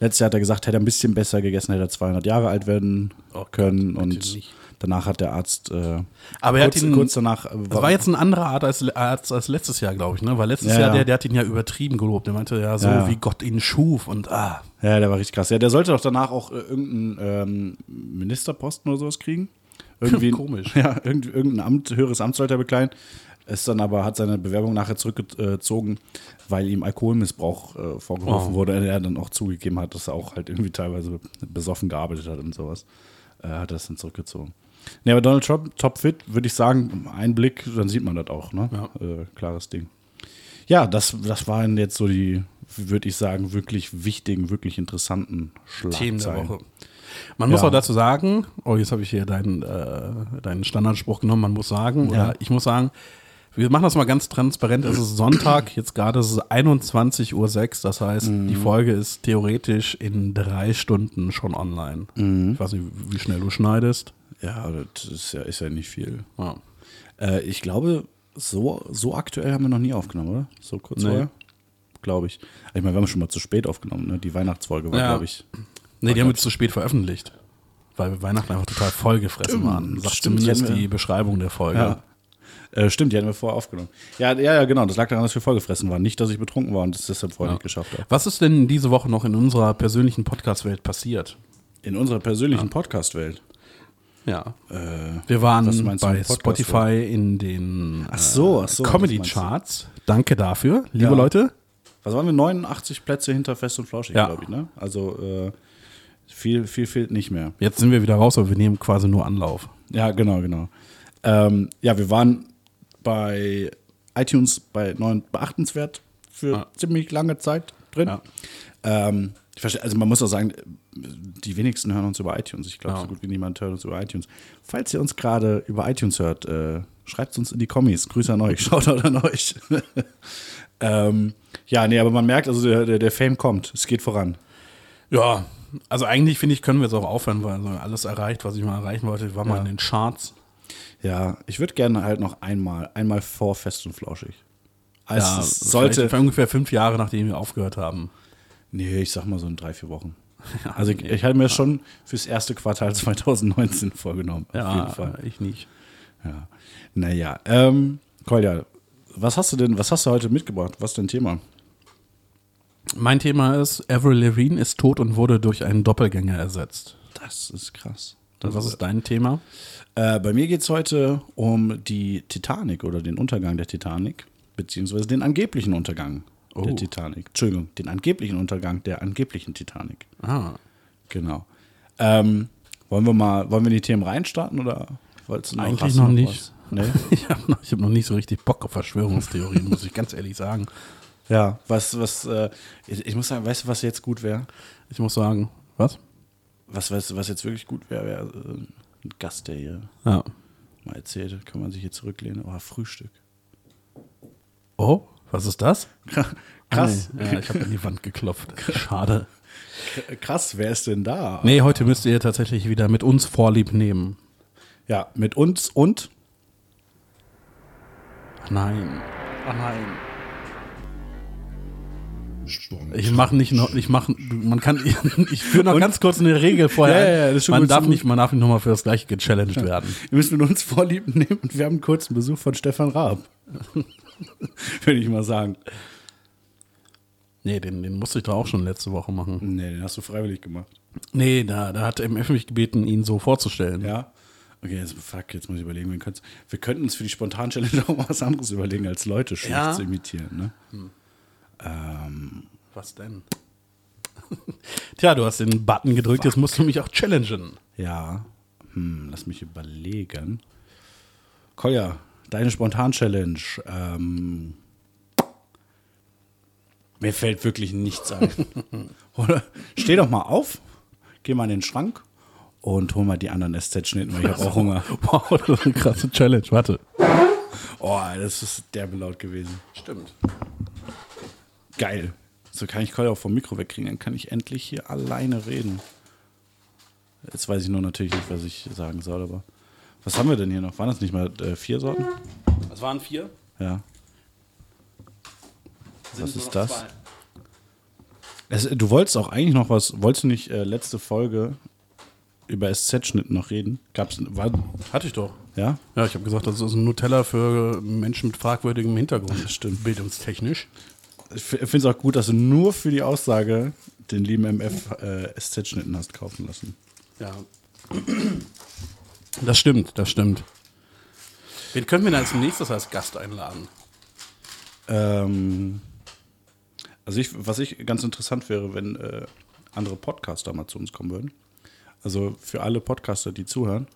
Speaker 3: Letztes Jahr hat er gesagt, hätte er ein bisschen besser gegessen, hätte er 200 Jahre alt werden können. und
Speaker 1: Oh nicht.
Speaker 3: danach hat der Arzt äh,
Speaker 1: Aber er hat
Speaker 3: kurz,
Speaker 1: ihn-
Speaker 3: kurz danach äh,
Speaker 1: Das war jetzt ein anderer Art als, als, als letztes Jahr, glaube ich, ne? Weil letztes
Speaker 3: Ja,
Speaker 1: Jahr,
Speaker 3: ja.
Speaker 1: Der, der hat ihn ja übertrieben gelobt. Der meinte ja so,
Speaker 3: Ja, ja.
Speaker 1: wie Gott ihn schuf und ah.
Speaker 3: Ja, der war richtig krass. Ja, der sollte doch danach auch äh, irgendeinen ähm, Ministerposten oder sowas kriegen. Irgendwie,
Speaker 1: Komisch.
Speaker 3: Ja, irgend, irgendein Amt, höheres Amt sollte er bekleiden. Ist dann aber, hat seine Bewerbung nachher zurückgezogen, weil ihm Alkoholmissbrauch äh, vorgeworfen
Speaker 1: Oh.
Speaker 3: wurde. Und er dann auch zugegeben hat, dass er auch halt irgendwie teilweise besoffen gearbeitet hat und sowas. Äh, hat er das dann zurückgezogen. Nee, aber Donald Trump, topfit, würde ich sagen, ein Blick, dann sieht man das auch, ne?
Speaker 1: Ja.
Speaker 3: Äh, klares Ding. Ja, das, das waren jetzt so die, würde ich sagen, wirklich wichtigen, wirklich interessanten
Speaker 1: Themen der
Speaker 3: Schlagzeilen.
Speaker 1: Woche. Man muss
Speaker 3: Ja.
Speaker 1: auch dazu sagen, oh, jetzt habe ich hier deinen, äh, deinen Standardspruch genommen, man muss sagen,
Speaker 3: Ja.
Speaker 1: oder ich muss sagen, wir machen das mal ganz transparent, es ist Sonntag, jetzt gerade ist es 21.06 Uhr, das heißt,
Speaker 3: Mhm.
Speaker 1: die Folge ist theoretisch in drei Stunden schon online.
Speaker 3: Mhm.
Speaker 1: Ich weiß nicht, wie schnell du schneidest.
Speaker 3: Ja, das ist ja, ist ja nicht viel.
Speaker 1: Ja.
Speaker 3: Äh, ich glaube, so, so aktuell haben wir noch nie aufgenommen, oder? So kurz
Speaker 1: Nee.
Speaker 3: vorher? Glaube ich. Ich meine, wir haben schon mal zu spät aufgenommen, ne? Die Weihnachtsfolge war,
Speaker 1: Ja.
Speaker 3: glaube ich.
Speaker 1: Nee, die haben wir zu spät veröffentlicht, weil wir Weihnachten einfach total vollgefressen waren. Sagt
Speaker 3: stimmt, die
Speaker 1: zumindest
Speaker 3: hatten wir-
Speaker 1: die Beschreibung der Folge.
Speaker 3: Ja. Äh, stimmt, die hatten wir vorher aufgenommen. Ja, ja, ja, genau. Das lag daran, dass wir vollgefressen waren. Nicht, dass ich betrunken war und es deshalb vorher nicht geschafft habe.
Speaker 1: Was ist denn diese Woche noch in unserer persönlichen Podcast-Welt passiert?
Speaker 3: In unserer persönlichen Podcast-Welt.
Speaker 1: Ja.
Speaker 3: Äh,
Speaker 1: Wir waren
Speaker 3: Was meinst du
Speaker 1: bei
Speaker 3: mit Podcast,
Speaker 1: Spotify in den äh,
Speaker 3: ach so, ach so. was
Speaker 1: Comedy
Speaker 3: meinst du?
Speaker 1: Charts. Danke dafür, liebe
Speaker 3: Ja.
Speaker 1: Leute.
Speaker 3: Was waren wir? 89 Plätze hinter Fest und Flauschig,
Speaker 1: Ja.
Speaker 3: glaube ich, ne? Also äh, viel, viel fehlt nicht mehr.
Speaker 1: Jetzt sind wir wieder raus, aber wir nehmen quasi nur Anlauf.
Speaker 3: Ja, genau, genau. Ähm, ja, wir waren bei iTunes bei 9 beachtenswert für
Speaker 1: Ah.
Speaker 3: ziemlich lange Zeit drin.
Speaker 1: Ja.
Speaker 3: Ähm, ich verstehe, also man muss auch sagen, die wenigsten hören uns über iTunes. Ich glaube, so gut wie niemand hört uns über iTunes. Falls ihr uns gerade über iTunes hört, äh, schreibt uns in die Kommis. Grüße an euch, schaut an euch. ähm, ja, nee, aber man merkt, also der, der, der Fame kommt. Es geht voran.
Speaker 1: Ja, also eigentlich finde ich, können wir jetzt auch aufhören, weil so alles erreicht, was ich mal erreichen wollte. Ich war mal in den Charts.
Speaker 3: Ja, ich würde gerne halt noch einmal, einmal vor Fest und Flauschig. Also
Speaker 1: Ja,
Speaker 3: es sollte,
Speaker 1: vielleicht ungefähr fünf Jahre, nachdem wir aufgehört haben.
Speaker 3: Nee, ich sag mal so in drei, vier Wochen. Also ich, ich hatte mir das schon fürs erste Quartal 2019 vorgenommen. auf jeden Fall.
Speaker 1: ich nicht.
Speaker 3: Ja. Naja, ähm, Kolja, was hast du denn, was hast du heute mitgebracht? Was ist dein Thema?
Speaker 1: Mein Thema ist, Avril Lavigne ist tot und wurde durch einen Doppelgänger ersetzt.
Speaker 3: Das ist krass.
Speaker 1: Und was ist dein Thema?
Speaker 3: Äh, bei mir geht es heute um die Titanic oder den Untergang der Titanic, beziehungsweise den angeblichen Untergang
Speaker 1: Oh.
Speaker 3: der Titanic. Entschuldigung, den angeblichen Untergang der angeblichen Titanic.
Speaker 1: Ah,
Speaker 3: Genau. Ähm, wollen wir mal, wollen wir in die Themen reinstarten oder wolltest du noch
Speaker 1: Eigentlich
Speaker 3: hast du
Speaker 1: noch nicht.
Speaker 3: was? Nee?
Speaker 1: Ich habe noch, ich hab noch nicht so richtig Bock auf Verschwörungstheorien, muss ich ganz ehrlich sagen.
Speaker 3: Ja, was, was, äh, ich ich muss sagen, weißt du, was jetzt gut wäre?
Speaker 1: Ich muss sagen, was?
Speaker 3: Was, was, was jetzt wirklich gut wäre, wäre äh, ein Gast, der hier
Speaker 1: Ja.
Speaker 3: mal erzählt, kann man sich hier zurücklehnen. Oh, Frühstück.
Speaker 1: Oh, was ist das?
Speaker 3: Krass.
Speaker 1: Ah, nee. Ja, ich habe an die Wand geklopft. Schade.
Speaker 3: K- Krass, wer ist denn da?
Speaker 1: Nee, heute müsst ihr tatsächlich wieder mit uns Vorlieb nehmen.
Speaker 3: Ja, mit uns und
Speaker 1: Ach nein. Ach nein. Ich
Speaker 2: Spontan.
Speaker 1: mache nicht noch, ich mache, man kann, ich führe noch ganz kurz eine Regel vorher.
Speaker 3: Ja, ja, ja, das ist schon
Speaker 1: man,
Speaker 3: gut,
Speaker 1: darf
Speaker 3: schon gut.
Speaker 1: nicht, man darf nicht nochmal für das Gleiche gechallenged werden.
Speaker 3: Ihr müsst mit uns vorlieb nehmen und wir haben einen kurzen Besuch von Stefan Raab. Würde ich mal sagen.
Speaker 1: Nee, den, den musste ich doch auch schon letzte Woche machen.
Speaker 3: Nee, den hast du freiwillig gemacht.
Speaker 1: Nee, da, da hat MF mich gebeten, ihn so vorzustellen.
Speaker 3: Ja. Okay, jetzt, fuck, jetzt muss ich überlegen, wen könnt's, wir könnten uns für die spontanen Challenge auch mal was anderes überlegen, als Leute schlecht
Speaker 1: Ja.
Speaker 3: zu imitieren. Ne?
Speaker 1: Was denn? Tja, du hast den Button gedrückt, jetzt musst du mich auch challengen.
Speaker 3: Ja. Hm, lass mich überlegen. Kolja, deine Spontan-Challenge. Ähm, mir fällt wirklich nichts ein. Oder, steh doch mal auf, geh mal in den Schrank und hol mal die anderen SZ-Schnitten, weil ich habe auch Hunger.
Speaker 1: Wow, das ist eine krasse Challenge. Warte.
Speaker 3: Oh, das ist derbe laut gewesen.
Speaker 1: Stimmt.
Speaker 3: Geil. So kann ich Kolja auch vom Mikro wegkriegen, dann kann ich endlich hier alleine reden. Jetzt weiß ich nur natürlich nicht, was ich sagen soll, aber. Was haben wir denn hier noch? Waren das nicht mal äh, vier Sorten?
Speaker 1: Das waren vier.
Speaker 3: Ja. Was
Speaker 1: nur
Speaker 3: ist
Speaker 1: noch
Speaker 3: das?
Speaker 1: zwei.
Speaker 3: Es, du wolltest auch eigentlich noch was, wolltest du nicht äh, letzte Folge über SZ-Schnitt noch reden? Gab's, war,
Speaker 1: Hatte ich doch.
Speaker 3: ja?
Speaker 1: Ja, ich habe gesagt, das ist ein Nutella für Menschen mit fragwürdigem Hintergrund. Stimmt. Bildungstechnisch.
Speaker 3: Ich finde es auch gut, dass du nur für die Aussage den lieben MF äh, SZ-Schnitten hast kaufen lassen.
Speaker 1: Ja. Das stimmt, das stimmt. Wen können wir denn als nächstes als Gast einladen?
Speaker 3: Ähm, also ich, was ich ganz interessant wäre, wenn äh, andere Podcaster mal zu uns kommen würden. Also für alle Podcaster, die zuhören,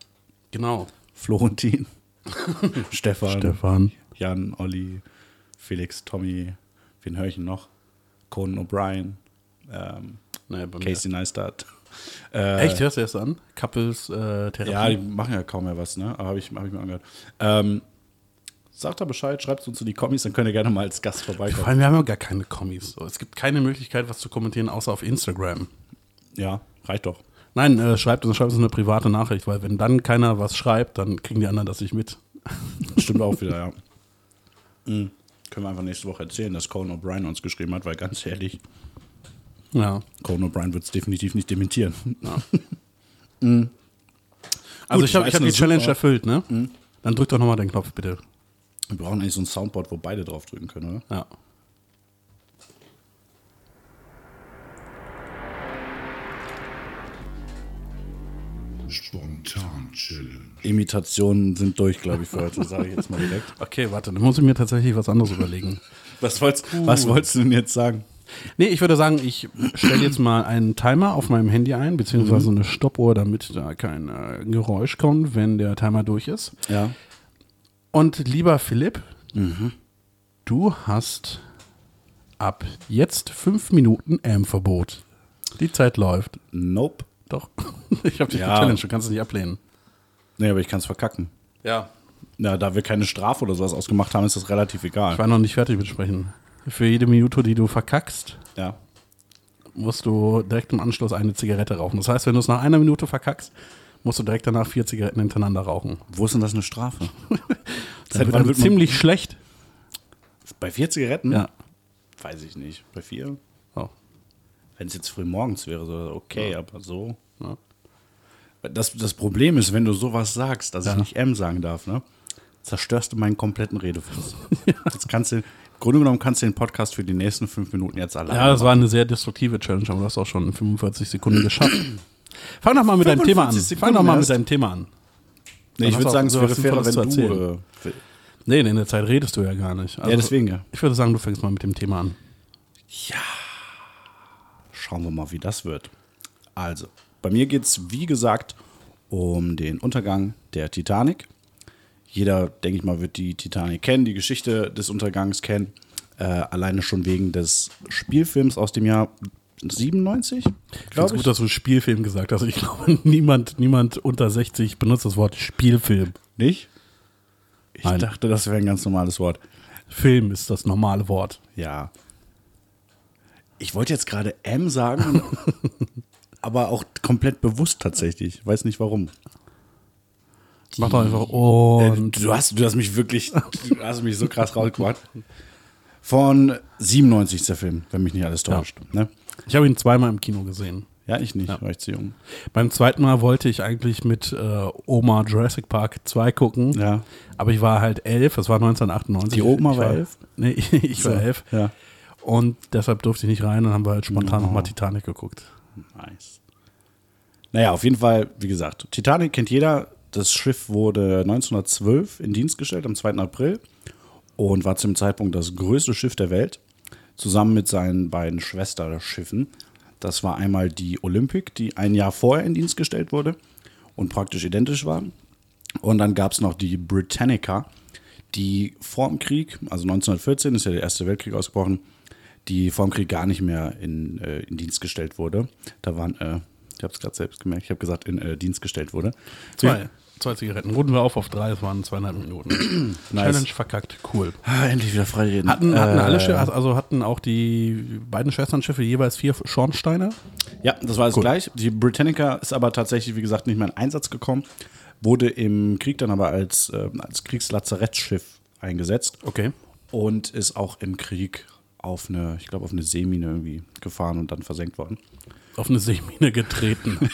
Speaker 1: Genau.
Speaker 3: Florentin, Stefan,
Speaker 1: Stefan.
Speaker 3: Jan, Olli, Felix, Tommy, wen höre ich denn noch? Conan O'Brien, ähm,
Speaker 1: Nee, bei mir-
Speaker 3: Casey Neistat. Äh,
Speaker 1: Echt, hörst du das an? Couples äh, Therapie.
Speaker 3: Ja, die machen ja kaum mehr was, ne? Aber habe ich, hab ich mir angehört. Ähm, sagt da Bescheid, schreibt uns in die Kommis, dann könnt ihr gerne mal als Gast
Speaker 1: Vor
Speaker 3: vorbeikommen.
Speaker 1: allem, wir haben ja gar keine Kommis. So, Es gibt keine Möglichkeit, was zu kommentieren, außer auf Instagram.
Speaker 3: Ja, reicht doch.
Speaker 1: Nein, äh, schreibt uns, schreibt uns eine private Nachricht, weil wenn dann keiner was schreibt, dann kriegen die anderen das nicht mit.
Speaker 3: Stimmt auch wieder, ja. Mhm. Können wir einfach nächste Woche erzählen, dass Conan O'Brien uns geschrieben hat, weil ganz ehrlich,
Speaker 1: Ja.
Speaker 3: Conan O'Brien wird es definitiv nicht dementieren.
Speaker 1: Also
Speaker 3: Gut,
Speaker 1: ich habe
Speaker 3: war
Speaker 1: ich hab
Speaker 3: jetzt
Speaker 1: die
Speaker 3: eine
Speaker 1: Challenge
Speaker 3: super-
Speaker 1: erfüllt, ne? Dann drück doch nochmal den Knopf, bitte.
Speaker 3: Wir brauchen eigentlich so ein Soundboard, wo beide draufdrücken können, oder?
Speaker 1: Ja.
Speaker 2: Spontan Challenge.
Speaker 3: Imitationen sind durch, glaube ich, für heute, sage ich jetzt mal direkt.
Speaker 1: Okay, warte, dann muss ich mir tatsächlich was anderes überlegen.
Speaker 3: Was wolltest, was wolltest du denn jetzt sagen?
Speaker 1: Nee, ich würde sagen, ich stelle jetzt mal einen Timer auf meinem Handy ein, beziehungsweise eine Stoppuhr, damit da kein äh, Geräusch kommt, wenn der Timer durch ist.
Speaker 3: Ja.
Speaker 1: Und lieber Philipp, du hast ab jetzt fünf Minuten M-Verbot. Die Zeit läuft.
Speaker 3: Nope.
Speaker 1: Doch. Ich habe dich
Speaker 3: Ja.
Speaker 1: gechallenged, du kannst es nicht ablehnen.
Speaker 3: Nee, aber ich kann es verkacken.
Speaker 1: Ja.
Speaker 3: Na, da wir keine Strafe oder sowas ausgemacht haben, ist das relativ
Speaker 1: Ich
Speaker 3: egal.
Speaker 1: war noch nicht fertig mit Sprechen. Für jede Minute, die du verkackst,
Speaker 3: Ja.
Speaker 1: musst du direkt im Anschluss eine Zigarette rauchen. Das heißt, wenn du es nach einer Minute verkackst, musst du direkt danach vier Zigaretten hintereinander rauchen.
Speaker 3: Wo ist denn das eine Strafe?
Speaker 1: Das
Speaker 3: wann wird man- Hm?
Speaker 1: ziemlich schlecht.
Speaker 3: Bei vier Zigaretten?
Speaker 1: Ja.
Speaker 3: Weiß ich nicht. Bei vier?
Speaker 1: Oh.
Speaker 3: Wenn es jetzt früh morgens wäre, so okay, aber so.
Speaker 1: Ja.
Speaker 3: Das, das Problem ist, wenn du sowas sagst, dass
Speaker 1: Ja.
Speaker 3: ich nicht M sagen darf, ne? Zerstörst du meinen kompletten Redefluss. Jetzt kannst du, im Grunde genommen kannst du den Podcast für die nächsten fünf Minuten jetzt alleine.
Speaker 1: Ja, das war eine sehr destruktive Challenge, aber du hast auch schon in 45 Sekunden geschafft. Fang doch mal mit deinem Thema an.
Speaker 3: 45
Speaker 1: Fang doch mal mit
Speaker 3: Sekunden
Speaker 1: deinem Thema an.
Speaker 3: nee,
Speaker 1: dann
Speaker 3: ich würde
Speaker 1: hast
Speaker 3: sagen, es
Speaker 1: du auch
Speaker 3: wäre
Speaker 1: was
Speaker 3: fairer, wenn
Speaker 1: Sinnvolles
Speaker 3: du.
Speaker 1: zu
Speaker 3: äh,
Speaker 1: Nee, in der Zeit redest du ja gar nicht. Also,
Speaker 3: ja, deswegen. ja.
Speaker 1: Ich würde sagen, du fängst mal mit dem Thema an.
Speaker 3: Schauen wir mal, wie das wird. Also, bei mir geht es, wie gesagt, um den Untergang der Titanic. Jeder, denke ich mal, wird die Titanic kennen, die Geschichte des Untergangs kennen. Äh, alleine schon wegen des Spielfilms aus dem Jahr 97,
Speaker 1: Ich finde
Speaker 3: glaube
Speaker 1: es
Speaker 3: ich.
Speaker 1: gut, dass du Spielfilm gesagt hast. Ich glaube, niemand, niemand unter 60 benutzt das Wort Spielfilm.
Speaker 3: Nicht? Ich
Speaker 1: Nein.
Speaker 3: dachte, das wäre ein ganz normales Wort.
Speaker 1: Film ist das normale Wort.
Speaker 3: Ja. Ich wollte jetzt gerade M sagen, aber auch komplett bewusst tatsächlich. Weiß nicht warum. Äh,
Speaker 1: Mach doch einfach und.
Speaker 3: du, hast, du hast mich wirklich, du hast mich so krass rausgebracht. Von 97 ist der Film, wenn mich nicht alles täuscht. Ja, ne?
Speaker 1: Ich habe ihn zweimal im Kino gesehen.
Speaker 3: ja ich nicht, war ich zu jung.
Speaker 1: Beim zweiten Mal wollte ich eigentlich mit äh, Oma Jurassic Park 2 gucken.
Speaker 3: Ja.
Speaker 1: Aber ich war halt elf, es war 1998.
Speaker 3: Die Oma
Speaker 1: ich
Speaker 3: war
Speaker 1: war
Speaker 3: elf?
Speaker 1: Nee, ich, ich war
Speaker 3: So,
Speaker 1: elf.
Speaker 3: ja.
Speaker 1: Und deshalb durfte ich nicht rein und haben wir halt spontan nochmal Titanic geguckt.
Speaker 3: Nice. Naja, auf jeden Fall, wie gesagt, Titanic kennt jeder. Das Schiff wurde 1912 in Dienst gestellt, am 2. April. Und war zu dem Zeitpunkt das größte Schiff der Welt. Zusammen mit seinen beiden Schwesterschiffen. Das war einmal die Olympic, die ein Jahr vorher in Dienst gestellt wurde und praktisch identisch war. Und dann gab es noch die Britannica, die vor dem Krieg, also 1914 ist ja der Erste Weltkrieg ausgebrochen, die vor dem Krieg gar nicht mehr in, äh, in Dienst gestellt wurde. Da waren, äh, ich habe es gerade selbst gemerkt, ich habe gesagt, in äh, Dienst gestellt wurde.
Speaker 1: Zwei, zwei Zigaretten. Runden wir auf auf drei, es waren zweieinhalb Minuten.
Speaker 3: Nice.
Speaker 1: Challenge verkackt, cool.
Speaker 3: Ah, endlich wieder frei reden.
Speaker 1: Hatten, hatten
Speaker 3: Äh,
Speaker 1: alle Schiffe, also hatten auch die beiden Schwesternschiffe jeweils vier Schornsteine.
Speaker 3: Ja, das war alles gleich. Die Britannica ist aber tatsächlich, wie gesagt, nicht mehr in Einsatz gekommen. Wurde im Krieg dann aber als, äh, als Kriegslazarettschiff eingesetzt.
Speaker 1: Okay.
Speaker 3: Und ist auch im Krieg auf eine, ich glaube, auf eine Seemine irgendwie gefahren und dann versenkt worden.
Speaker 1: Auf eine Seemine getreten.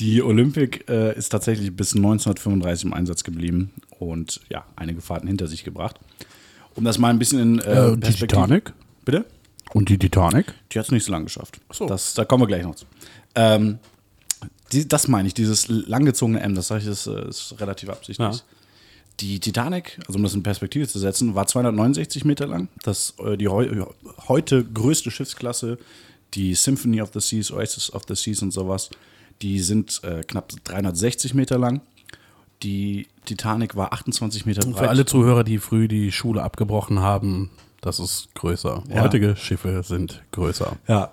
Speaker 3: Die Olympic äh, ist tatsächlich bis 1935 im Einsatz geblieben und ja, einige Fahrten hinter sich gebracht. Um das mal ein bisschen in äh,
Speaker 1: die
Speaker 3: Perspektiv-
Speaker 1: Titanic?
Speaker 3: Bitte?
Speaker 1: Und die Titanic?
Speaker 3: Die hat es nicht so lange geschafft.
Speaker 1: so.
Speaker 3: Das, da kommen wir gleich noch zu. Ähm, die, das meine ich, dieses langgezogene M, das sage ich, ist, äh, ist relativ absichtlich.
Speaker 1: Ja.
Speaker 3: Die Titanic, also um das in Perspektive zu setzen, war 269 Meter lang. Das äh, die heu heute größte Schiffsklasse, die Symphony of the Seas, Oasis of the Seas und sowas, die sind äh, knapp 360 Meter lang. Die Titanic war 28 Meter breit.
Speaker 1: Für alle Zuhörer, die früh die Schule abgebrochen haben, das ist größer.
Speaker 3: Ja.
Speaker 1: Heutige Schiffe sind größer.
Speaker 3: Ja.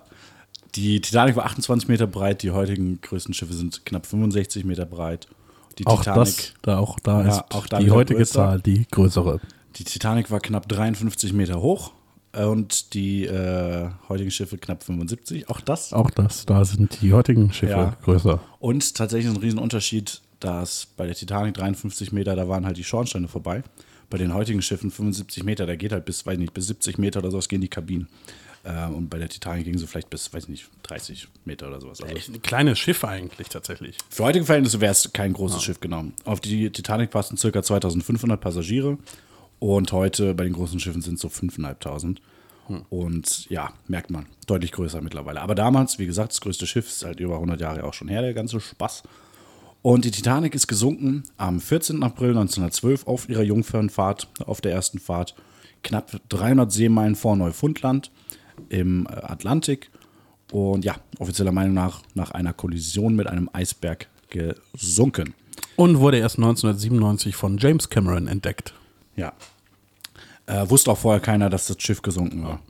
Speaker 3: Die Titanic war 28 Meter breit, die heutigen größten Schiffe sind knapp 65 Meter breit. Die
Speaker 1: Auch
Speaker 3: Titanic,
Speaker 1: das, da auch da
Speaker 3: Ja,
Speaker 1: ist
Speaker 3: auch da
Speaker 1: die
Speaker 3: wieder
Speaker 1: heutige
Speaker 3: größer.
Speaker 1: Zahl die größere.
Speaker 3: die Titanic war knapp 53 Meter hoch äh, und die äh, heutigen Schiffe knapp 75. Auch das.
Speaker 1: Auch das, da sind die heutigen Schiffe
Speaker 3: Ja.
Speaker 1: größer.
Speaker 3: Und tatsächlich ein Riesenunterschied, dass bei der Titanic 53 Meter, da waren halt die Schornsteine vorbei. Bei den heutigen Schiffen 75 Meter, da geht halt bis, weiß nicht, bis 70 Meter oder sowas gehen die Kabinen. Äh, und bei der Titanic ging sie vielleicht bis, weiß nicht, 30 Meter oder sowas. Also
Speaker 1: ein kleines Schiff eigentlich tatsächlich.
Speaker 3: Für heutige Verhältnisse wäre es kein großes Schiff genommen. Auf die Titanic passten ca. 2500 Passagiere und heute bei den großen Schiffen sind es so 5.500. Und ja, merkt man, deutlich größer mittlerweile. Aber damals, wie gesagt, das größte Schiff ist halt über 100 Jahre auch schon her, der ganze Spaß. Und die Titanic ist gesunken am 14. April 1912 auf ihrer Jungfernfahrt, auf der ersten Fahrt, knapp 300 Seemeilen vor Neufundland im äh, Atlantik. Und ja, offizieller Meinung nach nach einer Kollision mit einem Eisberg gesunken.
Speaker 1: Und wurde erst 1997 von James Cameron entdeckt.
Speaker 3: Ja. Äh, wusste auch vorher keiner, dass das Schiff gesunken war.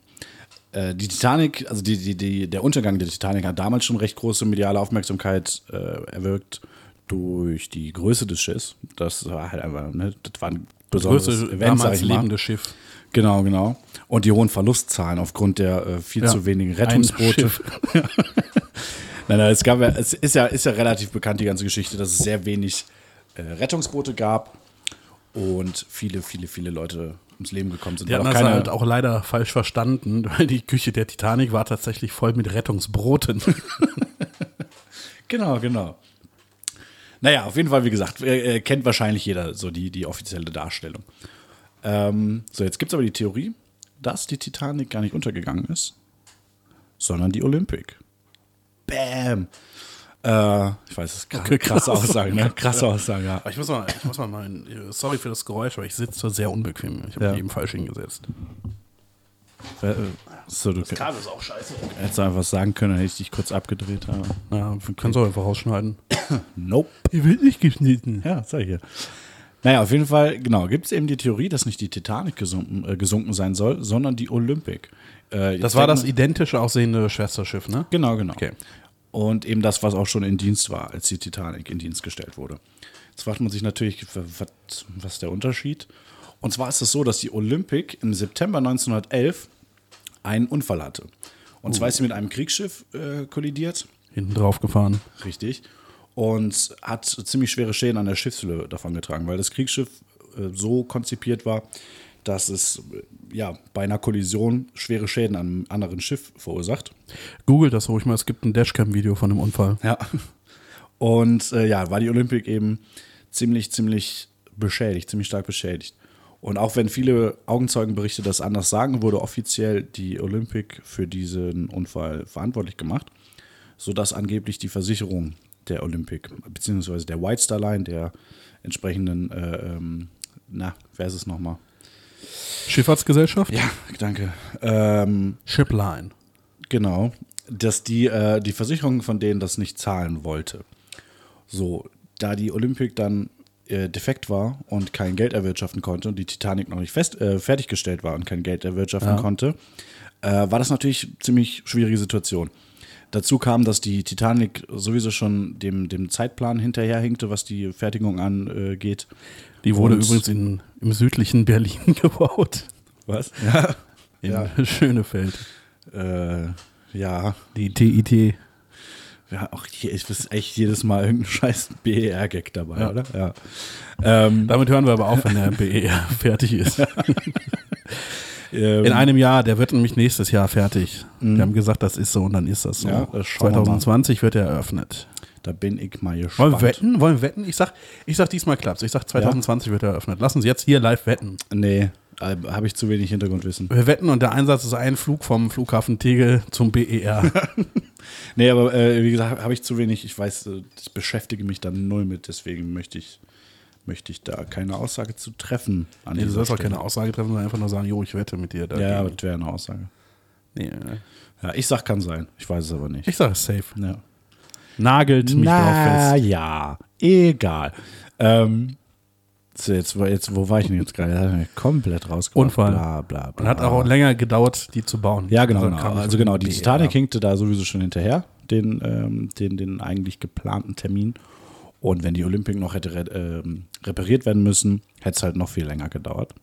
Speaker 3: Äh, die Titanic, also die, die, die, der Untergang der Titanic hat damals schon recht große mediale Aufmerksamkeit äh, erwirkt durch die Größe des Schiffs. Das war halt einfach, ne, das war ein besonderes
Speaker 1: Größte
Speaker 3: Event, sag
Speaker 1: damals
Speaker 3: ich mal.
Speaker 1: lebende Schiff.
Speaker 3: Genau, genau. Und die hohen Verlustzahlen aufgrund der äh, viel
Speaker 1: Ja.
Speaker 3: zu wenigen
Speaker 1: Ein
Speaker 3: Rettungsboote.
Speaker 1: Schiff.
Speaker 3: Nein, nein, es, gab ja, es ist, ja, ist ja relativ bekannt, die ganze Geschichte, dass es sehr wenig äh, Rettungsboote gab und viele, viele, viele Leute ums Leben gekommen sind.
Speaker 1: Die hatten
Speaker 3: auch
Speaker 1: das
Speaker 3: keiner-
Speaker 1: halt auch leider falsch verstanden, weil die Küche der Titanic war tatsächlich voll mit Rettungsbroten.
Speaker 3: Genau, genau. Naja, auf jeden Fall, wie gesagt, äh, äh, kennt wahrscheinlich jeder so die, die offizielle Darstellung. Ähm, so, jetzt gibt es aber die Theorie, dass die Titanic gar nicht untergegangen ist, sondern die Olympic. Bam! Äh, ich weiß, es ist kr
Speaker 1: Okay,
Speaker 3: krasse
Speaker 1: krass.
Speaker 3: Aussage, ne? Krasse Aussage, ja.
Speaker 1: Aber ich muss mal, ich muss mal meinen, äh, sorry für das Geräusch, aber ich sitze sehr unbequem. Ich habe
Speaker 3: Ja.
Speaker 1: mich eben falsch hingesetzt.
Speaker 3: Äh, äh, So, du hättest
Speaker 1: Kabel ist auch scheiße.
Speaker 3: einfach was sagen können, dann hätte ich dich kurz abgedreht. Aber.
Speaker 1: Ja, wir können es auch einfach rausschneiden.
Speaker 3: Nope.
Speaker 1: Die wird nicht geschnitten.
Speaker 3: Ja, sag ich ja. Naja, auf jeden Fall, genau, gibt es eben die Theorie, dass nicht die Titanic gesunken, äh, gesunken sein soll, sondern die Olympic. Äh, jetzt
Speaker 1: Das war
Speaker 3: denkt
Speaker 1: das
Speaker 3: man-
Speaker 1: identische aussehende Schwesterschiff, ne?
Speaker 3: Genau, genau.
Speaker 1: Okay.
Speaker 3: Und eben das, was auch schon in Dienst war, als die Titanic in Dienst gestellt wurde. Jetzt fragt man sich natürlich, w- wat- was ist der Unterschied? Und zwar ist es so, dass die Olympic im September 1911 einen Unfall hatte. Und zwar ist sie mit einem Kriegsschiff äh, kollidiert.
Speaker 1: Hinten drauf gefahren.
Speaker 3: Richtig. Und hat ziemlich schwere Schäden an der Schiffshülle davongetragen, weil das Kriegsschiff äh, so konzipiert war, dass es äh, ja, bei einer Kollision schwere Schäden an einem anderen Schiff verursacht.
Speaker 1: Google das ruhig mal, es gibt ein Dashcam-Video von dem Unfall.
Speaker 3: Ja. Und äh, ja, war die Olympic eben ziemlich, ziemlich beschädigt, ziemlich stark beschädigt. Und auch wenn viele Augenzeugenberichte das anders sagen, wurde offiziell die Olympic für diesen Unfall verantwortlich gemacht. sodass angeblich die Versicherung der Olympic, beziehungsweise der White Star Line, der entsprechenden, äh, ähm, na, wer ist es nochmal?
Speaker 1: Schifffahrtsgesellschaft?
Speaker 3: Ja, danke. Ähm,
Speaker 1: Shipline.
Speaker 3: Genau, dass die, äh, die Versicherung von denen das nicht zahlen wollte. So, da die Olympic dann äh, defekt war und kein Geld erwirtschaften konnte und die Titanic noch nicht fest, äh, fertiggestellt war und kein Geld erwirtschaften konnte, äh, war das natürlich ziemlich schwierige Situation. Dazu kam, dass die Titanic sowieso schon dem, dem Zeitplan hinterherhinkte, was die Fertigung angeht.
Speaker 1: Die wurde
Speaker 3: Und-
Speaker 1: übrigens in, im südlichen Berlin gebaut.
Speaker 3: Was? Ja.
Speaker 1: In
Speaker 3: Ja.
Speaker 1: Schönefeld.
Speaker 3: Äh, ja.
Speaker 1: Die TIT.
Speaker 3: Ja, auch hier ist echt jedes Mal irgendein scheiß BER-Gag dabei,
Speaker 1: Ja.
Speaker 3: oder? Ja. Ähm,
Speaker 1: Damit hören wir aber auf, wenn der BER fertig ist.
Speaker 3: ähm,
Speaker 1: In einem Jahr, der wird nämlich nächstes Jahr fertig. Wir haben gesagt, das ist so und dann ist das so.
Speaker 3: Mhm. Ja, das schauen wir mal.
Speaker 1: 2020 wird er eröffnet.
Speaker 3: da bin ich mal
Speaker 1: Wollen wir
Speaker 3: gespannt.
Speaker 1: wetten? Wollen wir wetten? Ich sag, ich sag diesmal klappt's. Ich sag 2020 wird er eröffnet. Lass uns jetzt hier live wetten.
Speaker 3: Nee, habe ich zu wenig Hintergrundwissen.
Speaker 1: Wir wetten und der Einsatz ist ein Flug vom Flughafen Tegel zum E BER.
Speaker 3: Nee, aber äh, wie gesagt, habe ich zu wenig. Ich weiß, äh, ich beschäftige mich da null mit, deswegen möchte ich, möchte ich da keine Aussage zu treffen. An
Speaker 1: nee, du
Speaker 3: dieser
Speaker 1: sollst auch
Speaker 3: Stelle.
Speaker 1: keine Aussage treffen, sondern einfach nur sagen, jo, ich wette mit dir. dagegen.
Speaker 3: Ja, aber das wäre eine Aussage.
Speaker 1: nee.
Speaker 3: Ja, ich sag, kann sein. Ich weiß es aber nicht.
Speaker 1: Ich sag safe.
Speaker 3: ja.
Speaker 1: Nagelt mich drauf fest.
Speaker 3: Na ja, egal. Ähm, so jetzt, wo- jetzt, wo war ich denn jetzt gerade? Das hat mich komplett rausgebracht.
Speaker 1: Unfall.
Speaker 3: Bla, bla, bla.
Speaker 1: Und hat auch länger gedauert, die zu bauen.
Speaker 3: Ah. ja, genau.
Speaker 1: Dann
Speaker 3: genau.
Speaker 1: kam ich
Speaker 3: Also genau, die
Speaker 1: BER.
Speaker 3: Titanic hinkte da sowieso schon hinterher, den, ähm, den, den eigentlich geplanten Termin. Und wenn die Olympik noch hätte re ähm, repariert werden müssen, hätte es halt noch viel länger gedauert.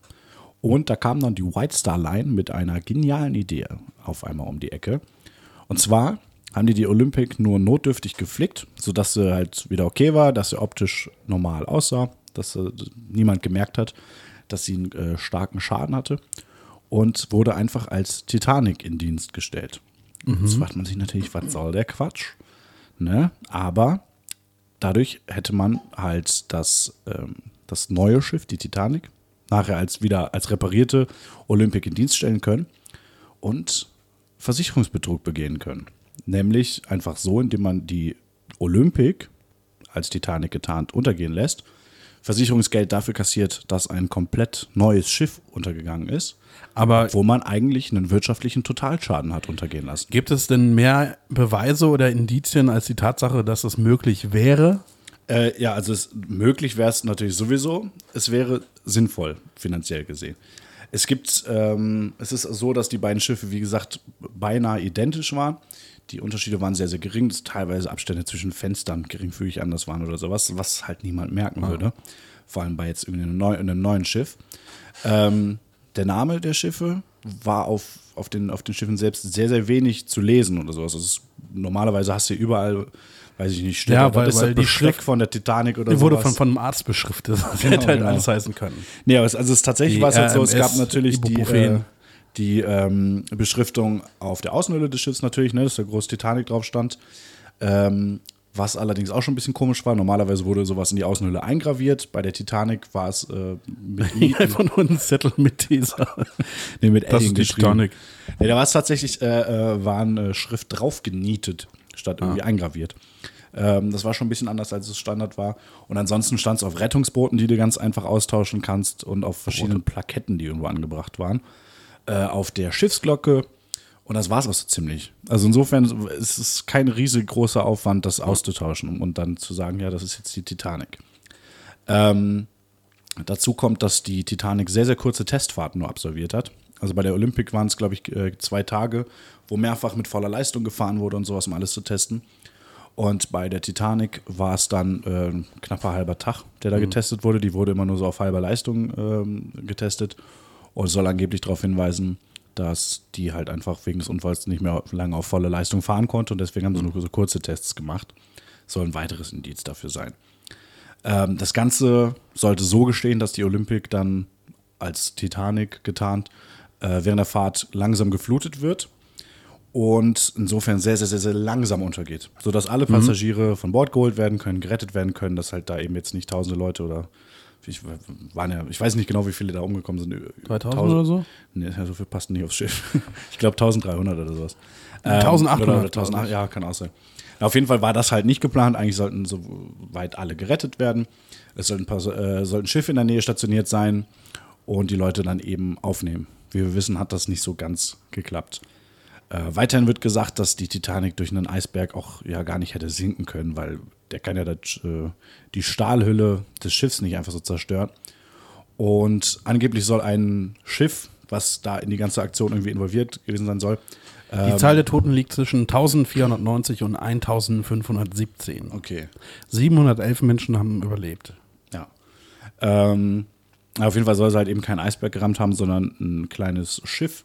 Speaker 3: Und da kam dann die White Star Line mit einer genialen Idee auf einmal um die Ecke. Und zwar haben die die Olympic nur notdürftig geflickt, sodass sie halt wieder okay war, dass sie optisch normal aussah, dass äh, niemand gemerkt hat, dass sie einen äh, starken Schaden hatte und wurde einfach als Titanic in Dienst gestellt. Jetzt fragt man sich natürlich, was soll der Quatsch? Ne? Aber dadurch hätte man halt das, ähm, das neue Schiff, die Titanic, nachher als wieder als reparierte Olympic in Dienst stellen können und Versicherungsbetrug begehen können. Nämlich einfach so, indem man die Olympic als Titanic getarnt untergehen lässt, Versicherungsgeld dafür kassiert, dass ein komplett neues Schiff untergegangen ist,
Speaker 1: Aber
Speaker 3: wo man eigentlich einen wirtschaftlichen Totalschaden hat untergehen lassen.
Speaker 1: gibt es denn mehr Beweise oder Indizien als die Tatsache, dass es möglich wäre?
Speaker 3: Äh, ja, also es, möglich wäre es natürlich sowieso. Es wäre sinnvoll, finanziell gesehen. Es gibt, ähm, es ist so, dass die beiden Schiffe, wie gesagt, beinahe identisch waren. Die Unterschiede waren sehr, sehr gering, dass teilweise Abstände zwischen Fenstern geringfügig anders waren oder sowas, was halt niemand merken würde. Vor allem bei jetzt irgendwie einem, neu, einem neuen Schiff. Ähm, der Name der Schiffe war auf, auf, den, auf den Schiffen selbst sehr, sehr wenig zu lesen oder sowas. Das ist, normalerweise hast du hier überall, weiß ich nicht, steht
Speaker 1: Ja,
Speaker 3: da, was
Speaker 1: weil-
Speaker 3: ist das
Speaker 1: weil die
Speaker 3: Besteck
Speaker 1: Schrift-
Speaker 3: von der Titanic oder
Speaker 1: Die wurde
Speaker 3: sowas.
Speaker 1: von, von einem Arzt beschriftet. Das hätte halt
Speaker 3: genau.
Speaker 1: alles heißen können.
Speaker 3: Nee, aber es, also es tatsächlich
Speaker 1: Die
Speaker 3: war es halt so, es
Speaker 1: RMS
Speaker 3: gab natürlich die,
Speaker 1: Ibuprofen.
Speaker 3: äh, die ähm, Beschriftung auf der Außenhülle des Schiffs natürlich, ne, dass da groß Titanic drauf stand. Ähm, was allerdings auch schon ein bisschen komisch war. Normalerweise wurde sowas in die Außenhülle eingraviert. Bei der Titanic war es äh, mit, I-
Speaker 1: Einfach nur ein Zettel mit Tesa.
Speaker 3: nee, mit
Speaker 1: Das
Speaker 3: Edding
Speaker 1: ist die
Speaker 3: geschrieben.
Speaker 1: Titanic.
Speaker 3: Nee, da war es tatsächlich, äh, äh, waren äh, Schrift drauf genietet, statt irgendwie eingraviert. Ähm, das war schon ein bisschen anders, als es Standard war. Und ansonsten stand es auf Rettungsbooten, die du ganz einfach austauschen kannst und auf verschiedenen Plaketten, die irgendwo angebracht waren. Äh, auf der Schiffsglocke. Und das war es auch so ziemlich. Also insofern ist es kein riesengroßer Aufwand, das auszutauschen um- und dann zu sagen, ja, das ist jetzt die Titanic. Ähm, Dazu kommt, dass die Titanic sehr, sehr kurze Testfahrten nur absolviert hat. Also bei der Olympic waren es, glaube ich, äh, zwei Tage, wo mehrfach mit voller Leistung gefahren wurde und sowas, um alles zu testen. Und bei der Titanic war es dann äh, ein knapper halber Tag, der da getestet wurde. Die wurde immer nur so auf halber Leistung ähm, getestet und soll angeblich darauf hinweisen, dass die halt einfach wegen des Unfalls nicht mehr lange auf volle Leistung fahren konnte und deswegen haben sie nur so kurze Tests gemacht. Soll ein weiteres Indiz dafür sein. Ähm, das Ganze sollte so geschehen, dass die Olympic dann als Titanic getarnt äh, während der Fahrt langsam geflutet wird und insofern sehr, sehr, sehr, sehr langsam untergeht,
Speaker 1: Mhm.
Speaker 3: sodass alle Passagiere von Bord geholt werden können, gerettet werden können, dass halt da eben jetzt nicht tausende Leute oder ich, waren ja, ich weiß nicht genau, wie viele da umgekommen sind. Ü-
Speaker 1: 3000
Speaker 3: 1000
Speaker 1: oder so?
Speaker 3: Nee, so viel passt nicht aufs Schiff. Ich glaube 1300 oder sowas. Ähm,
Speaker 1: 1800,
Speaker 3: Oder, oder 1800, ja, kann auch sein. Na, auf jeden Fall war das halt nicht geplant. Eigentlich sollten so weit alle gerettet werden. Es sollten, ein paar, äh, sollten Schiffe in der Nähe stationiert sein und die Leute dann eben aufnehmen. Wie wir wissen, hat das nicht so ganz geklappt. Äh, weiterhin wird gesagt, dass die Titanic durch einen Eisberg auch ja gar nicht hätte sinken können, weil der kann ja das, äh, die Stahlhülle des Schiffs nicht einfach so zerstören. Und angeblich soll ein Schiff, was da in die ganze Aktion irgendwie involviert gewesen sein soll, Ähm.
Speaker 1: Die Zahl der Toten liegt zwischen 1490 und 1517.
Speaker 3: okay,
Speaker 1: 711 Menschen haben überlebt.
Speaker 3: ja. Ähm, auf jeden Fall soll es halt eben kein Eisberg gerammt haben, sondern ein kleines Schiff,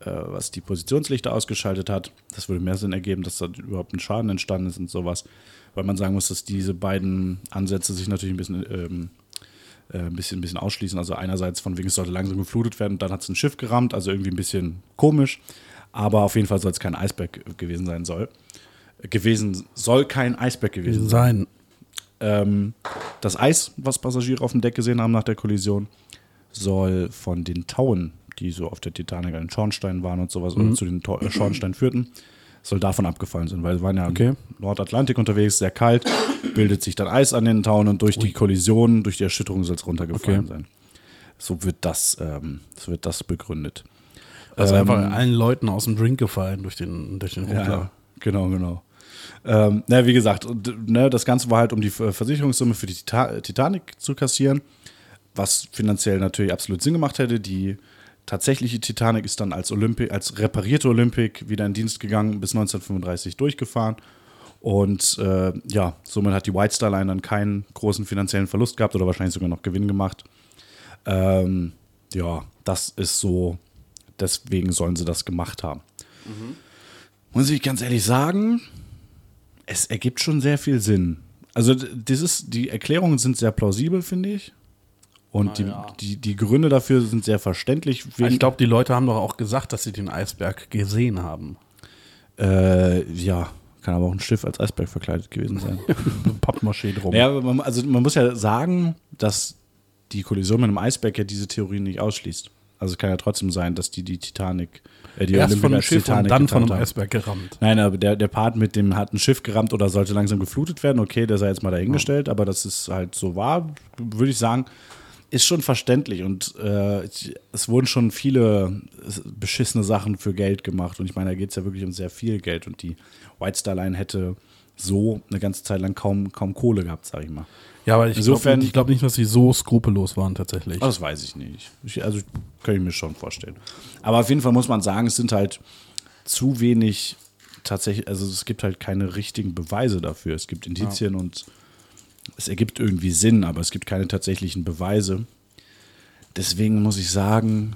Speaker 3: äh, was die Positionslichter ausgeschaltet hat. Das würde mehr Sinn ergeben, dass da überhaupt ein Schaden entstanden ist und sowas. Weil man sagen muss, dass diese beiden Ansätze sich natürlich ein bisschen ähm, äh, ein bisschen, ein bisschen ausschließen. Also einerseits von wegen, es sollte langsam geflutet werden, dann hat es ein Schiff gerammt, also irgendwie ein bisschen komisch. Aber auf jeden Fall soll es kein Eisberg gewesen sein soll. Gewesen soll kein Eisberg gewesen sein.
Speaker 1: Sein.
Speaker 3: Ähm, das Eis, was Passagiere auf dem Deck gesehen haben nach der Kollision, soll von den Tauen, die so auf der Titanic an den Schornsteinen waren und sowas,
Speaker 1: Mhm.
Speaker 3: oder zu den Tor- äh, Schornsteinen führten, soll davon abgefallen sein, weil wir waren ja
Speaker 1: Okay.
Speaker 3: im Nordatlantik unterwegs, sehr kalt, bildet sich dann Eis an den Tauen und durch die Kollision, durch die Erschütterung soll es runtergefallen
Speaker 1: Okay.
Speaker 3: sein. So wird das, ähm, so wird das begründet.
Speaker 1: Also
Speaker 3: Ähm,
Speaker 1: einfach allen Leuten aus dem Drink gefallen durch den, durch den
Speaker 3: ja,
Speaker 1: Ruckler.
Speaker 3: genau, genau. Ähm, na, wie gesagt, und, ne, das Ganze war halt, um die Ver- Versicherungssumme für die Tita Titanic zu kassieren, was finanziell natürlich absolut Sinn gemacht hätte. Die tatsächliche Titanic ist dann als, Olympi als reparierte Olympic wieder in Dienst gegangen, bis 1935 durchgefahren. Und äh, ja, somit hat die White Star Line dann keinen großen finanziellen Verlust gehabt oder wahrscheinlich sogar noch Gewinn gemacht. Ähm, ja, das ist so, deswegen sollen sie das gemacht haben. Muss ich ganz ehrlich sagen, es ergibt schon sehr viel Sinn. Also, d- dieses, die Erklärungen sind sehr plausibel, finde ich. Und die, die, die Gründe dafür sind sehr verständlich.
Speaker 1: Ich
Speaker 3: Wegen-
Speaker 1: glaube, die Leute haben doch auch gesagt, dass sie den Eisberg gesehen haben.
Speaker 3: äh, ja, kann aber auch ein Schiff als Eisberg verkleidet gewesen sein.
Speaker 1: Pappmaché drum.
Speaker 3: Ja, aber man, also man muss ja sagen, dass die Kollision mit einem Eisberg ja diese Theorie nicht ausschließt. Also es kann ja trotzdem sein, dass die die Titanic, äh, die
Speaker 1: Erst
Speaker 3: Olympia
Speaker 1: von einem
Speaker 3: als
Speaker 1: Schiff und dann von
Speaker 3: getarnt
Speaker 1: einem
Speaker 3: haben.
Speaker 1: Eisberg gerammt.
Speaker 3: Nein, aber der, der Part mit dem hat ein Schiff gerammt oder sollte langsam geflutet werden, okay, der sei jetzt mal dahingestellt, aber dass es halt so war, würde ich sagen, ist schon verständlich und äh, ich- es wurden schon viele äh, beschissene Sachen für Geld gemacht und ich meine, da geht es ja wirklich um sehr viel Geld und die White Star Line hätte so eine ganze Zeit lang kaum, kaum Kohle gehabt, sag ich mal.
Speaker 1: Ja, aber ich glaube
Speaker 3: Insofern-
Speaker 1: glaub nicht, dass sie so skrupellos waren tatsächlich.
Speaker 3: Oh, Das weiß ich nicht. Ich, also kann ich mir schon vorstellen. Aber auf jeden Fall muss man sagen, es sind halt zu wenig tatsächlich, also es gibt halt keine richtigen Beweise dafür. Es gibt Indizien und es ergibt irgendwie Sinn, aber es gibt keine tatsächlichen Beweise. Deswegen muss ich sagen,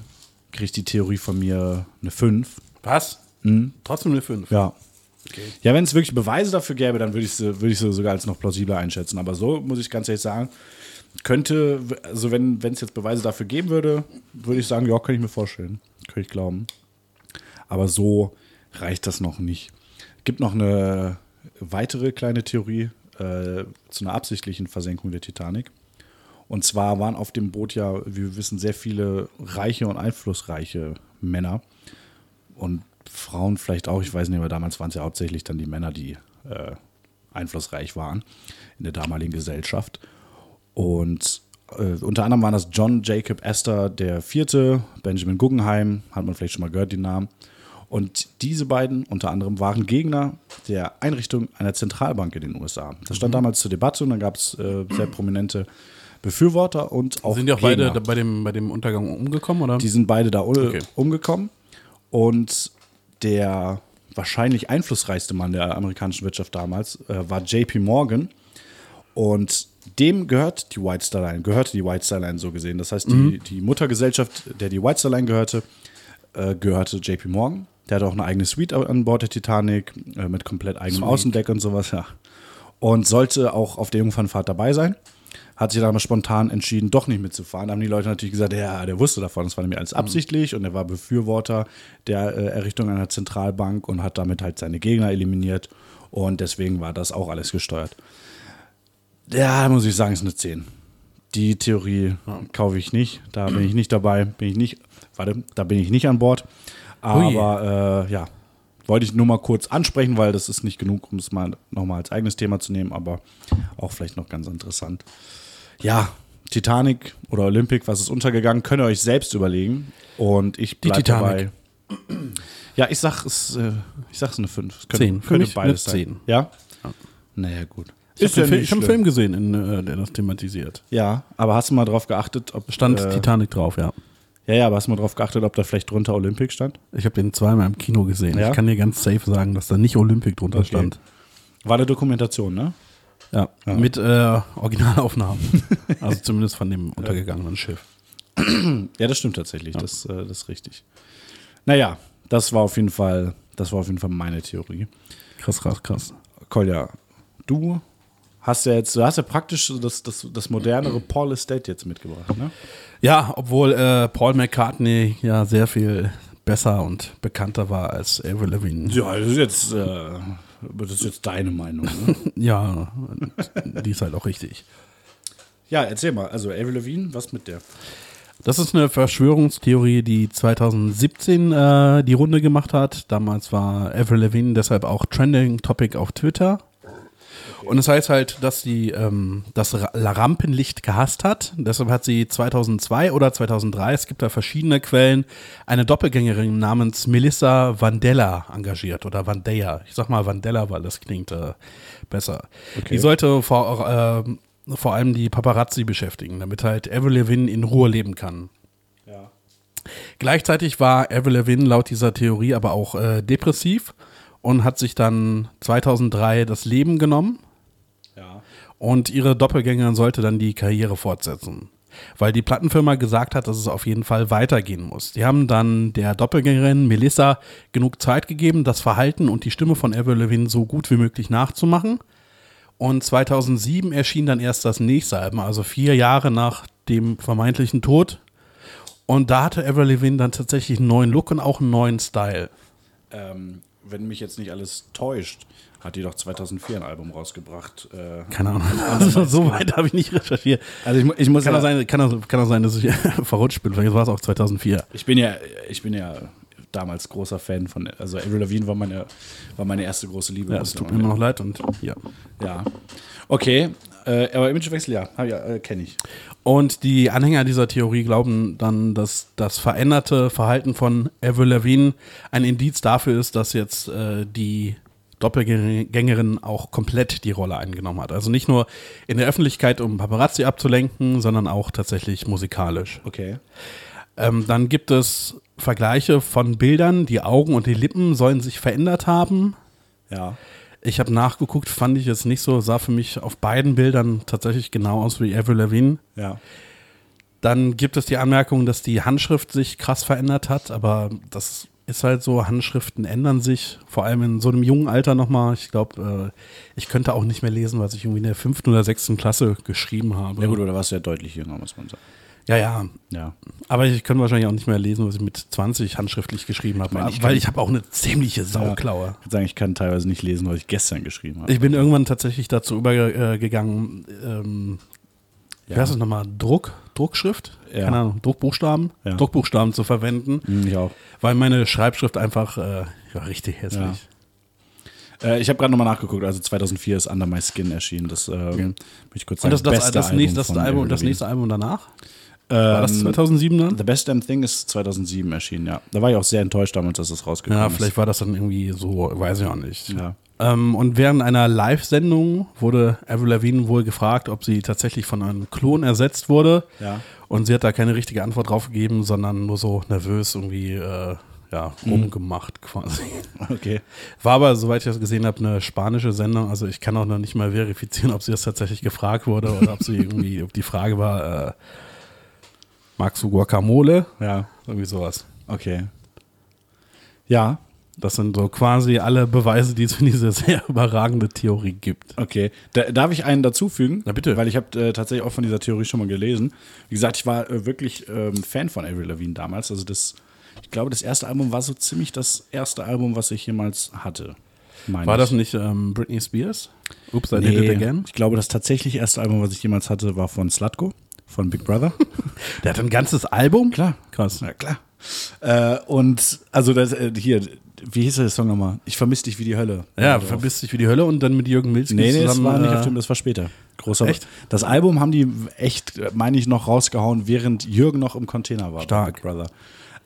Speaker 3: kriegt die Theorie von mir eine 5.
Speaker 1: Was?
Speaker 3: hm?
Speaker 1: Trotzdem eine 5.
Speaker 3: Ja. Ja, wenn es wirklich Beweise dafür gäbe, dann würde ich sie würde ich sie sogar als noch plausibler einschätzen. Aber so muss ich ganz ehrlich sagen, könnte, also wenn wenn es jetzt Beweise dafür geben würde, würde ich sagen, ja, kann ich mir vorstellen. Könnte ich glauben. Aber so reicht das noch nicht. Gibt noch eine weitere kleine Theorie äh, zu einer absichtlichen Versenkung der Titanic. Und zwar waren auf dem Boot ja, wie wir wissen, sehr viele reiche und einflussreiche Männer und Frauen vielleicht auch, ich weiß nicht, aber damals waren es ja hauptsächlich dann die Männer, die äh, einflussreich waren in der damaligen Gesellschaft. Und äh, unter anderem waren das John Jacob Astor der Vierte, Benjamin Guggenheim, hat man vielleicht schon mal gehört, den Namen. Und diese beiden unter anderem waren Gegner der Einrichtung einer Zentralbank in den USA. Das
Speaker 1: Mhm.
Speaker 3: stand damals zur Debatte und dann gab es äh, sehr prominente Befürworter und auch
Speaker 1: Sind die auch
Speaker 3: Gegner.
Speaker 1: beide da- bei dem, bei dem Untergang umgekommen, oder?
Speaker 3: Die sind beide da u-
Speaker 1: Okay.
Speaker 3: umgekommen. Und der wahrscheinlich einflussreichste Mann der amerikanischen Wirtschaft damals äh, war JP Morgan. Und dem gehört die White Star Line, gehörte die White Star Line so gesehen. Das heißt, die, die Muttergesellschaft, der die White Star Line gehörte, äh, gehörte JP Morgan. Der hatte auch eine eigene Suite an Bord der Titanic äh, mit komplett eigenem Außendeck und sowas, ja. Und sollte auch auf der Jungfernfahrt dabei sein. Hat sich dann aber spontan entschieden, doch nicht mitzufahren. Da haben die Leute natürlich gesagt, ja, der wusste davon, das war nämlich alles absichtlich und er war Befürworter der äh, Errichtung einer Zentralbank und hat damit halt seine Gegner eliminiert. Und deswegen war das auch alles gesteuert. Ja, muss ich sagen, ist eine 10. die Theorie kaufe ich nicht. Da bin ich nicht dabei. Bin ich nicht, warte, da bin ich nicht an Bord.
Speaker 1: Ui.
Speaker 3: Aber äh, ja, wollte ich nur mal kurz ansprechen, weil das ist nicht genug, um es mal nochmal als eigenes Thema zu nehmen, aber auch vielleicht noch ganz interessant. Ja, Titanic oder Olympic, was ist untergegangen, könnt ihr euch selbst überlegen. Und ich
Speaker 1: Die
Speaker 3: bleibe dabei.
Speaker 1: Titanic.
Speaker 3: Ja, ich sag es, äh, ich sag's eine 5. Es könnte,
Speaker 1: Zehn. Für
Speaker 3: könnte
Speaker 1: mich
Speaker 3: beides
Speaker 1: eine
Speaker 3: sein.
Speaker 1: Zehn.
Speaker 3: Ja? Naja, gut.
Speaker 1: Ich habe einen,
Speaker 3: nicht
Speaker 1: hab einen
Speaker 3: schlimm.
Speaker 1: Film gesehen, in, äh, der das thematisiert.
Speaker 3: Ja, aber hast du mal drauf geachtet, ob
Speaker 1: Stand
Speaker 3: äh,
Speaker 1: Titanic drauf, ja.
Speaker 3: Ja, ja, aber hast du mal drauf geachtet, ob da vielleicht drunter Olympic stand?
Speaker 1: Ich habe den zweimal im Kino gesehen.
Speaker 3: Ja?
Speaker 1: Ich kann dir ganz safe sagen, dass da nicht Olympic drunter
Speaker 3: Okay.
Speaker 1: stand.
Speaker 3: War eine Dokumentation, ne?
Speaker 1: Ja, mit äh, Originalaufnahmen. also zumindest von dem untergegangenen Schiff.
Speaker 3: Ja, das stimmt tatsächlich. Das, äh, das ist richtig. Naja, das war auf jeden Fall, das war auf jeden Fall meine Theorie.
Speaker 1: Krass, krass, krass.
Speaker 3: Kolja, du hast ja jetzt, du hast ja praktisch so das, das, das modernere Paul Estate jetzt mitgebracht, ne?
Speaker 1: Ja, obwohl äh, Paul McCartney ja sehr viel besser und bekannter war als Avril Lavigne.
Speaker 3: Ja, das ist jetzt, äh, das ist jetzt deine Meinung. Ne?
Speaker 1: Ja, und die ist halt auch richtig.
Speaker 3: ja, erzähl mal. Also Avril Lavigne, was mit der?
Speaker 1: Das ist eine Verschwörungstheorie, die 2017 äh, die Runde gemacht hat. Damals war Avril Lavigne deshalb auch Trending Topic auf Twitter. Und es heißt halt, dass sie ähm, das Ra- Rampenlicht gehasst hat. Deshalb hat sie 2002 oder 2003, es gibt da verschiedene Quellen, eine Doppelgängerin namens Melissa Vandella engagiert oder Vandea. Ich sag mal Vandella, weil das klingt äh, besser. Die sollte vor, ähm, vor allem die Paparazzi beschäftigen, damit halt Avril Lavigne in Ruhe leben kann.
Speaker 3: Ja.
Speaker 1: Gleichzeitig war Avril Lavigne laut dieser Theorie aber auch äh, depressiv und hat sich dann 2003 das Leben genommen
Speaker 3: Ja.
Speaker 1: und ihre Doppelgängerin sollte dann die Karriere fortsetzen. Weil die Plattenfirma gesagt hat, dass es auf jeden Fall weitergehen muss. Die haben dann der Doppelgängerin Melissa genug Zeit gegeben, das Verhalten und die Stimme von Avril Lavigne so gut wie möglich nachzumachen. Und 2007 erschien dann erst das nächste Album, also vier Jahre nach dem vermeintlichen Tod. Und da hatte Avril Lavigne dann tatsächlich einen neuen Look und auch einen neuen Style.
Speaker 3: Ähm, wenn mich jetzt nicht alles täuscht, hat die doch 2004 ein Album rausgebracht. Äh,
Speaker 1: Keine Ahnung. Also, so weit habe ich nicht recherchiert.
Speaker 3: also ich, mu- ich muss
Speaker 1: Kann
Speaker 3: ja,
Speaker 1: auch sein, kann auch, kann auch sein dass ich verrutscht bin. Vielleicht war es auch 2004.
Speaker 3: Ich bin ja, ich bin ja damals großer Fan von, also Avril Lavigne war meine, war meine erste große Liebe.
Speaker 1: Ja, es tut mir immer noch leid und ja.
Speaker 3: Ja. Okay, äh, aber Imagewechsel, ja, hab, ja äh, kenne ich.
Speaker 1: Und die Anhänger dieser Theorie glauben dann, dass das veränderte Verhalten von Avril Lavigne ein Indiz dafür ist, dass jetzt äh, die Doppelgängerin auch komplett die Rolle eingenommen hat. Also nicht nur in der Öffentlichkeit, um Paparazzi abzulenken, sondern auch tatsächlich musikalisch.
Speaker 3: Okay.
Speaker 1: Ähm, dann gibt es Vergleiche von Bildern. Die Augen und die Lippen sollen sich verändert haben.
Speaker 3: Ja.
Speaker 1: Ich habe nachgeguckt, fand ich jetzt nicht so, sah für mich auf beiden Bildern tatsächlich genau aus wie Avril Lavigne.
Speaker 3: Ja.
Speaker 1: Dann gibt es die Anmerkung, dass die Handschrift sich krass verändert hat, aber das ist halt so, Handschriften ändern sich, vor allem in so einem jungen Alter nochmal. Ich glaube, äh, ich könnte auch nicht mehr lesen, was ich irgendwie in der fünften oder sechsten Klasse geschrieben habe.
Speaker 3: Ja gut, oder warst du ja deutlich jünger, muss man sagen.
Speaker 1: ja, ja.
Speaker 3: Ja.
Speaker 1: Aber ich könnte wahrscheinlich auch nicht mehr lesen, was ich mit 20 handschriftlich geschrieben habe,
Speaker 3: meine, ich
Speaker 1: weil
Speaker 3: kann-
Speaker 1: ich habe auch eine ziemliche Sauklaue.
Speaker 3: Ich würde sagen, ich kann teilweise nicht lesen, was ich gestern geschrieben habe.
Speaker 1: Ich bin irgendwann tatsächlich dazu übergegangen, ähm, wie heißt das nochmal, Druck, Druckschrift,
Speaker 3: Ja.
Speaker 1: keine Ahnung, Druckbuchstaben,
Speaker 3: Ja.
Speaker 1: Druckbuchstaben zu verwenden,
Speaker 3: Hm, ich auch.
Speaker 1: weil meine Schreibschrift einfach äh, ja, richtig hässlich.
Speaker 3: Äh, ich habe gerade nochmal nachgeguckt, also 2004 ist Under My Skin erschienen. Das äh, möchte ich kurz
Speaker 1: Und das,
Speaker 3: sagen.
Speaker 1: das, das,
Speaker 3: beste
Speaker 1: nächste, das,
Speaker 3: von
Speaker 1: Album, und das
Speaker 3: Avril
Speaker 1: nächste Album danach?
Speaker 3: Lavigne.
Speaker 1: War das
Speaker 3: Ähm,
Speaker 1: 2007 dann?
Speaker 3: The Best Damn Thing ist 2007 erschienen, ja. Da war ich auch sehr enttäuscht damals, dass das rausgekommen
Speaker 1: Ja,
Speaker 3: ist.
Speaker 1: vielleicht war das dann irgendwie so, weiß ich auch nicht.
Speaker 3: Ja.
Speaker 1: Ähm, und während einer Live-Sendung wurde Avril Lavigne wohl gefragt, ob sie tatsächlich von einem Klon ersetzt wurde.
Speaker 3: Ja.
Speaker 1: Und sie hat da keine richtige Antwort drauf gegeben, sondern nur so nervös irgendwie äh, ja,
Speaker 3: Mhm.
Speaker 1: rumgemacht quasi.
Speaker 3: Okay.
Speaker 1: War aber, soweit ich das gesehen habe, eine spanische Sendung. Also ich kann auch noch nicht mal verifizieren, ob sie das tatsächlich gefragt wurde oder ob sie irgendwie, ob die Frage war, äh, magst du Guacamole?
Speaker 3: Ja.
Speaker 1: Irgendwie sowas.
Speaker 3: Okay. Ja,
Speaker 1: Das sind so quasi alle Beweise, die es für diese sehr überragende Theorie gibt.
Speaker 3: okay. Da, darf ich einen dazufügen?
Speaker 1: Na bitte.
Speaker 3: Weil ich habe äh, tatsächlich auch von dieser Theorie schon mal gelesen. Wie gesagt, ich war äh, wirklich ähm, Fan von Avril Lavigne damals. Also das, ich glaube, das erste Album war so ziemlich das erste Album, was ich jemals hatte. meine
Speaker 1: War
Speaker 3: ich.
Speaker 1: das nicht ähm, Britney Spears? Oops, I did
Speaker 3: Nee,
Speaker 1: it again?
Speaker 3: Ich glaube, das tatsächlich erste Album, was ich jemals hatte, war von Slatko. von Big Brother.
Speaker 1: Der hat ein ganzes Album?
Speaker 3: Klar.
Speaker 1: Krass.
Speaker 3: Na klar. Äh, und also das, äh, hier, wie hieß der Song nochmal? Ich vermisse dich wie die Hölle.
Speaker 1: Ja,
Speaker 3: vermisse
Speaker 1: Also verbiss dich wie die Hölle und dann mit Jürgen Milzki
Speaker 3: Nee, nee,
Speaker 1: zusammen.
Speaker 3: das war nicht
Speaker 1: äh,
Speaker 3: auf dem, das war später. Großer
Speaker 1: Echt?
Speaker 3: Das Album haben die echt, meine ich, noch rausgehauen, während Jürgen noch im Container war.
Speaker 1: Stark.
Speaker 3: Big Brother.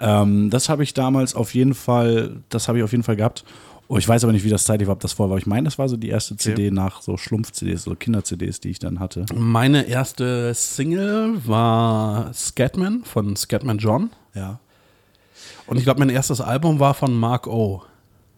Speaker 3: Ähm, das habe ich damals auf jeden Fall, das habe ich auf jeden Fall gehabt. Oh, ich weiß aber nicht, wie das zeitlich war, ob das vorher war. Ich meine, das war so die erste CD nach so Schlumpf-CDs, so Kinder-CDs, die ich dann hatte.
Speaker 1: Meine erste Single war Scatman von Scatman John.
Speaker 3: Ja.
Speaker 1: Und ich glaube, mein erstes Album war von Mark O.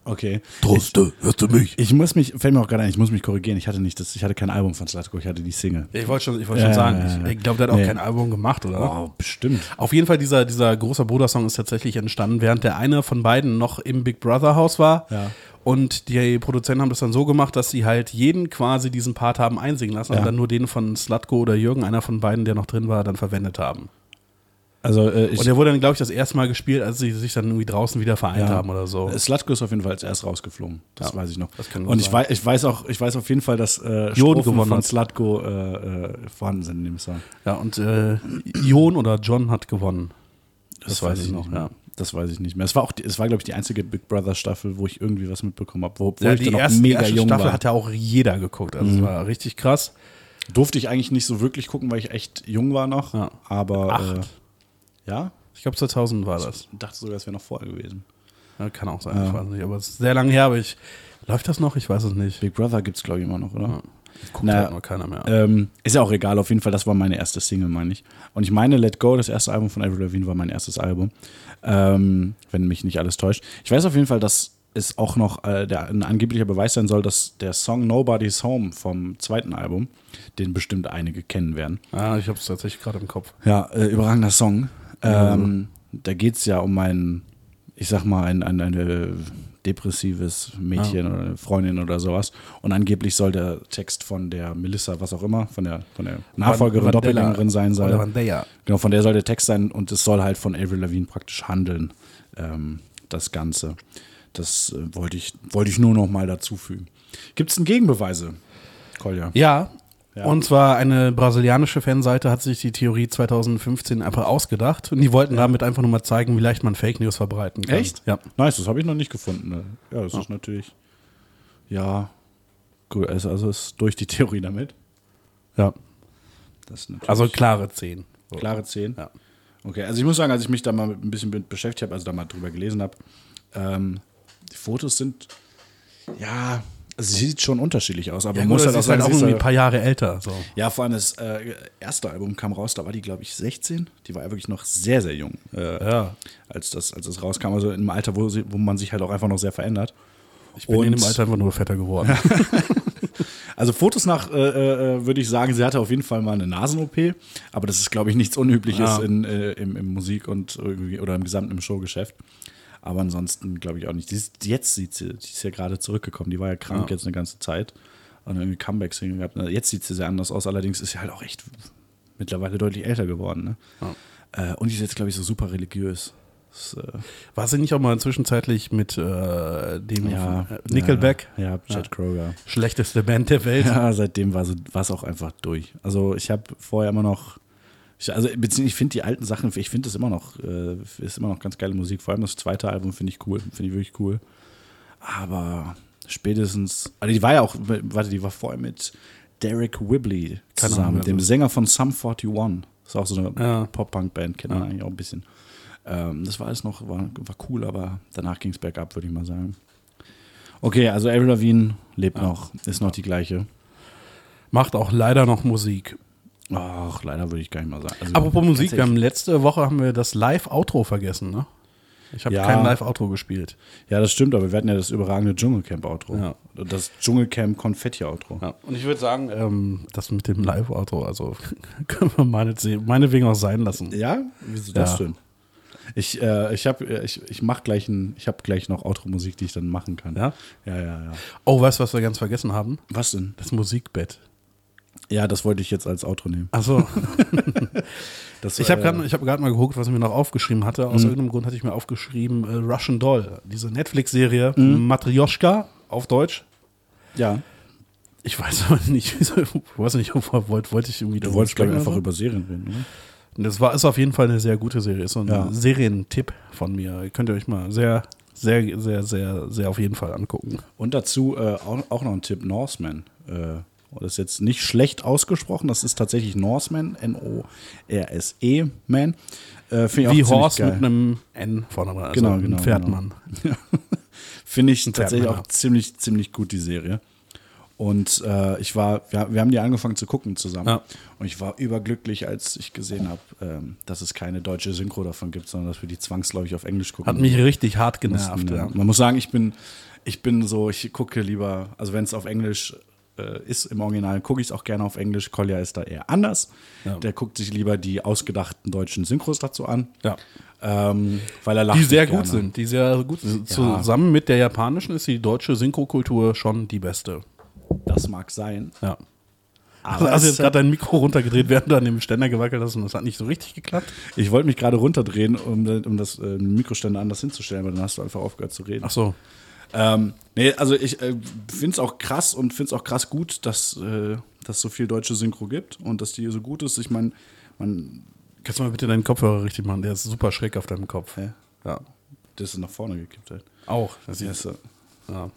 Speaker 3: Okay.
Speaker 1: Troste, hörst du mich?
Speaker 3: Ich muss mich, fällt mir auch gerade ein, ich muss mich korrigieren. Ich hatte nicht das, ich hatte kein Album von Slatko, ich hatte die Single.
Speaker 1: Ich wollte schon, ich wollt
Speaker 3: Ja,
Speaker 1: schon sagen,
Speaker 3: ja, ja.
Speaker 1: ich, ich glaube, der hat auch
Speaker 3: Nee.
Speaker 1: kein Album gemacht, oder?
Speaker 3: Oh, bestimmt.
Speaker 1: Auf jeden Fall, dieser, dieser großer Bruder-Song ist tatsächlich entstanden, während der eine von beiden noch im Big Brother-Haus war.
Speaker 3: Ja.
Speaker 1: Und die Produzenten haben das dann so gemacht, dass sie halt jeden quasi diesen Part haben einsingen lassen
Speaker 3: Ja.
Speaker 1: und dann nur den von Slutko oder Jürgen, einer von beiden, der noch drin war, dann verwendet haben.
Speaker 3: Also, äh, ich,
Speaker 1: Und der wurde dann, glaube ich, das erste Mal gespielt, als sie sich dann irgendwie draußen wieder vereint haben oder so.
Speaker 3: Slutko ist auf jeden Fall als erst rausgeflogen. Das
Speaker 1: Ja,
Speaker 3: weiß ich noch.
Speaker 1: das kann gut
Speaker 3: und ich
Speaker 1: sein.
Speaker 3: weiß, ich weiß auch, ich weiß auf jeden Fall, dass äh,
Speaker 1: Jon
Speaker 3: Strophen
Speaker 1: gewonnen
Speaker 3: von
Speaker 1: hat.
Speaker 3: Slutko äh, äh, vorhanden sind in dem Song.
Speaker 1: Ja, und äh, Jon oder John hat gewonnen. Das weiß ich noch,
Speaker 3: nicht mehr.
Speaker 1: ja.
Speaker 3: Das weiß ich nicht mehr. Es war auch, die- es war glaube ich die einzige Big Brother Staffel, wo ich irgendwie was mitbekommen habe, obwohl
Speaker 1: Ja,
Speaker 3: ich
Speaker 1: die
Speaker 3: dann auch
Speaker 1: erste,
Speaker 3: mega
Speaker 1: die erste
Speaker 3: jung
Speaker 1: Staffel
Speaker 3: war. Mhm.
Speaker 1: hat ja auch jeder geguckt. Also es war richtig krass.
Speaker 3: Durfte ich eigentlich nicht so wirklich gucken, weil ich echt jung war noch.
Speaker 1: Ja.
Speaker 3: Aber
Speaker 1: Acht.
Speaker 3: äh, ja,
Speaker 1: Ich glaube, 2000 war das.
Speaker 3: ich dachte sogar, es wäre noch vorher gewesen.
Speaker 1: Ja, kann auch sein, ich weiß nicht. Aber es ist sehr lange her, aber ich. Läuft das noch? Ich weiß es nicht.
Speaker 3: Big Brother gibt's glaube ich immer noch, oder?
Speaker 1: Guckt
Speaker 3: Na,
Speaker 1: halt nur keiner mehr.
Speaker 3: Ähm, ist ja auch egal, auf jeden Fall, das war meine erste Single, meine ich. Und ich meine, Let Go, das erste Album von Avril Lavigne, war mein erstes Album. Ähm, wenn mich nicht alles täuscht. Ich weiß auf jeden Fall, dass es auch noch äh, der, ein angeblicher Beweis sein soll, dass der Song Nobody's Home vom zweiten Album, den bestimmt einige kennen werden.
Speaker 1: ah, ich habe es tatsächlich gerade im Kopf.
Speaker 3: Ja, äh, überragender Song. Ähm, Da geht es ja um ein, ich sag mal, ein, ein eine depressives Mädchen oder eine Freundin oder sowas. Und angeblich soll der Text von der Melissa, was auch immer, von der, von der Nachfolgerin,
Speaker 1: Van- Vandella.
Speaker 3: Doppelgängerin sein
Speaker 1: Oder
Speaker 3: soll.
Speaker 1: Vandella.
Speaker 3: Genau, von der soll der Text sein und es soll halt von Avril Lavigne praktisch handeln, ähm, das Ganze. Das äh, wollte ich, wollte ich nur noch mal dazufügen. Gibt es denn Gegenbeweise, Kolja?
Speaker 1: Ja.
Speaker 3: Ja.
Speaker 1: Und zwar eine brasilianische Fanseite hat sich die Theorie 2015 einfach ausgedacht und die wollten damit einfach nur mal zeigen, wie leicht man Fake News verbreiten kann.
Speaker 3: Echt?
Speaker 1: Ja.
Speaker 3: Nice, das habe ich noch nicht gefunden. ne? Ja, das ist natürlich. Ja. Gut, also, also ist durch die Theorie damit.
Speaker 1: ja.
Speaker 3: Das ist natürlich
Speaker 1: Also klare 10. So.
Speaker 3: klare 10.
Speaker 1: Ja.
Speaker 3: Okay, also ich muss sagen, als ich mich da mal mit- ein bisschen mit beschäftigt habe, also da mal drüber gelesen habe, ähm, die Fotos sind. Ja, also sie sieht schon unterschiedlich aus, aber
Speaker 1: Ja,
Speaker 3: man
Speaker 1: gut,
Speaker 3: muss
Speaker 1: das
Speaker 3: halt auch
Speaker 1: ist halt
Speaker 3: sagen,
Speaker 1: auch
Speaker 3: sie ist
Speaker 1: irgendwie ein
Speaker 3: halt-
Speaker 1: paar Jahre älter. So.
Speaker 3: ja, vor allem das äh, erste Album kam raus, da war die, glaube ich, 16. Die war ja wirklich noch sehr, sehr jung, äh,
Speaker 1: Ja.
Speaker 3: als, das, als das rauskam. Also in einem Alter, wo, sie, wo man sich halt auch einfach noch sehr verändert.
Speaker 1: Ich bin in dem Alter einfach nur fetter geworden.
Speaker 3: Also Fotos nach, äh, äh, würde ich sagen, sie hatte auf jeden Fall mal eine Nasen-OP, aber das ist, glaube ich, nichts Unübliches
Speaker 1: Ja.
Speaker 3: in, äh, im, im Musik- und irgendwie, oder im gesamten im Showgeschäft. Aber ansonsten glaube ich auch nicht. Die ist, jetzt sieht sie, die ist ja gerade zurückgekommen, die war ja krank jetzt eine ganze Zeit und irgendwie Comeback-Single gehabt. Na, Jetzt sieht sie sehr anders aus, allerdings ist sie halt auch echt mittlerweile deutlich älter geworden. Ne? Äh, und die ist jetzt, glaube ich, so super religiös. Das, äh,
Speaker 1: War sie nicht auch mal zwischenzeitlich mit äh, dem
Speaker 3: ja,
Speaker 1: äh, Nickelback?
Speaker 3: Ja, ja Chad Kroger.
Speaker 1: Schlechteste Band der Welt.
Speaker 3: Ja, seitdem war so- war es auch einfach durch. Also ich habe vorher immer noch, ich, also beziehungsweise ich finde die alten Sachen, ich finde das immer noch, äh, ist immer noch ganz geile Musik. Vor allem das zweite Album finde ich cool, finde ich wirklich cool. Aber spätestens, also die war ja auch, warte, die war vorher mit Derek Whibley
Speaker 1: Keine Ahnung,
Speaker 3: zusammen,
Speaker 1: wer
Speaker 3: dem
Speaker 1: das ist.
Speaker 3: Sänger von Sum 41. Ist auch so eine
Speaker 1: Ja.
Speaker 3: Pop-Punk-Band, kennt man eigentlich auch ein bisschen. Ähm, das war alles noch, war, war cool, aber danach ging es bergab, würde ich mal sagen. Okay, also Avril Lavigne lebt noch, ist noch die gleiche.
Speaker 1: Macht auch leider noch Musik.
Speaker 3: Ach, leider würde ich gar nicht mal sagen. Also,
Speaker 1: Apropos Musik, wir haben
Speaker 3: tatsächlich-
Speaker 1: letzte Woche haben wir das Live-Outro vergessen, ne? Ich habe
Speaker 3: Ja.
Speaker 1: kein Live-Outro gespielt.
Speaker 3: Ja, das stimmt, aber wir hatten ja das überragende Dschungelcamp-Outro.
Speaker 1: Ja.
Speaker 3: Das Dschungelcamp-Konfetti-Outro.
Speaker 1: Und ich würde sagen, ähm, das mit dem Live-Outro, also können wir meinet- meinetwegen auch sein lassen.
Speaker 3: Ja? Wieso
Speaker 1: Ja.
Speaker 3: das denn? Ich, äh, ich habe ich, ich mach gleich, ein, ich hab gleich noch Outro-Musik, die ich dann machen kann.
Speaker 1: Ja?
Speaker 3: Ja, ja, ja.
Speaker 1: Oh, weißt du, was wir ganz vergessen haben?
Speaker 3: Was denn?
Speaker 1: Das Musikbett.
Speaker 3: Ja, das wollte ich jetzt als Outro nehmen.
Speaker 1: Achso,
Speaker 3: Das,
Speaker 1: ich habe
Speaker 3: äh,
Speaker 1: gerade hab grad mal geguckt, was ich mir noch aufgeschrieben hatte.
Speaker 3: Mhm.
Speaker 1: Aus irgendeinem Grund hatte ich mir aufgeschrieben äh, Russian
Speaker 3: Mhm.
Speaker 1: Doll, diese Netflix-Serie Matrioschka auf Deutsch.
Speaker 3: Ja.
Speaker 1: Ich weiß aber nicht, wieso, ich weiß nicht, ob- wollte wollte ich irgendwie
Speaker 3: Du
Speaker 1: darüber
Speaker 3: wolltest, glaube ich,
Speaker 1: sprechen
Speaker 3: einfach
Speaker 1: oder
Speaker 3: über Serien reden, oder?
Speaker 1: so? Das war, ist auf jeden Fall eine sehr gute Serie. Ist so ein
Speaker 3: Ja.
Speaker 1: Serientipp von mir. Könnt ihr euch mal sehr, sehr, sehr, sehr, sehr auf jeden Fall angucken.
Speaker 3: Und dazu äh, auch, auch noch ein Tipp: Norseman. Äh, das ist jetzt nicht schlecht ausgesprochen, das ist tatsächlich Norseman, N-O-R-S-E-Man. E, Äh, find ich
Speaker 1: Wie
Speaker 3: auch ziemlich
Speaker 1: Horst
Speaker 3: geil.
Speaker 1: mit einem N vorne dran. also
Speaker 3: Genau,
Speaker 1: ein
Speaker 3: genau,
Speaker 1: Pferdmann.
Speaker 3: Finde ich tatsächlich
Speaker 1: Pferdmänner.
Speaker 3: auch ziemlich, ziemlich gut, die Serie. Und äh, ich war, wir, wir haben die angefangen zu gucken zusammen.
Speaker 1: Ja.
Speaker 3: Und ich war überglücklich, als ich gesehen habe, ähm, dass es keine deutsche Synchro davon gibt, sondern dass wir die zwangsläufig auf Englisch gucken.
Speaker 1: Hat mich richtig hart genervt.
Speaker 3: mussten, ja.
Speaker 1: Ja.
Speaker 3: Man muss sagen, ich bin, ich bin so, ich gucke lieber, also wenn es auf Englisch äh, ist im Original, gucke ich es auch gerne auf Englisch. Kolja ist da eher anders. Der guckt sich lieber die ausgedachten deutschen Synchros dazu an.
Speaker 1: Ja.
Speaker 3: Ähm, weil er lacht.
Speaker 1: Die sehr
Speaker 3: gerne.
Speaker 1: gut sind, die sehr gut sind.
Speaker 3: Ja.
Speaker 1: Zusammen mit der japanischen ist die deutsche Synchrokultur schon die beste.
Speaker 3: Das mag sein.
Speaker 1: Ja.
Speaker 3: Aber
Speaker 1: Also, also
Speaker 3: es-
Speaker 1: jetzt gerade dein Mikro runtergedreht, während du an dem Ständer gewackelt hast und das hat nicht so richtig geklappt.
Speaker 3: Ich wollte mich gerade runterdrehen, um, um das äh, Mikroständer anders hinzustellen, aber dann hast du einfach aufgehört zu reden.
Speaker 1: Ach so.
Speaker 3: Ähm, nee, also ich äh, finde es auch krass und finde es auch krass gut, dass äh, dass so viel deutsche Synchro gibt und dass die so gut ist. Ich meine, man.
Speaker 1: Kannst du mal bitte deinen Kopfhörer richtig machen? Der ist super schräg auf deinem Kopf.
Speaker 3: Hä?
Speaker 1: Ja.
Speaker 3: Das ist nach vorne gekippt halt.
Speaker 1: Auch. Das
Speaker 3: Ja,
Speaker 1: ist,
Speaker 3: so.
Speaker 1: ja.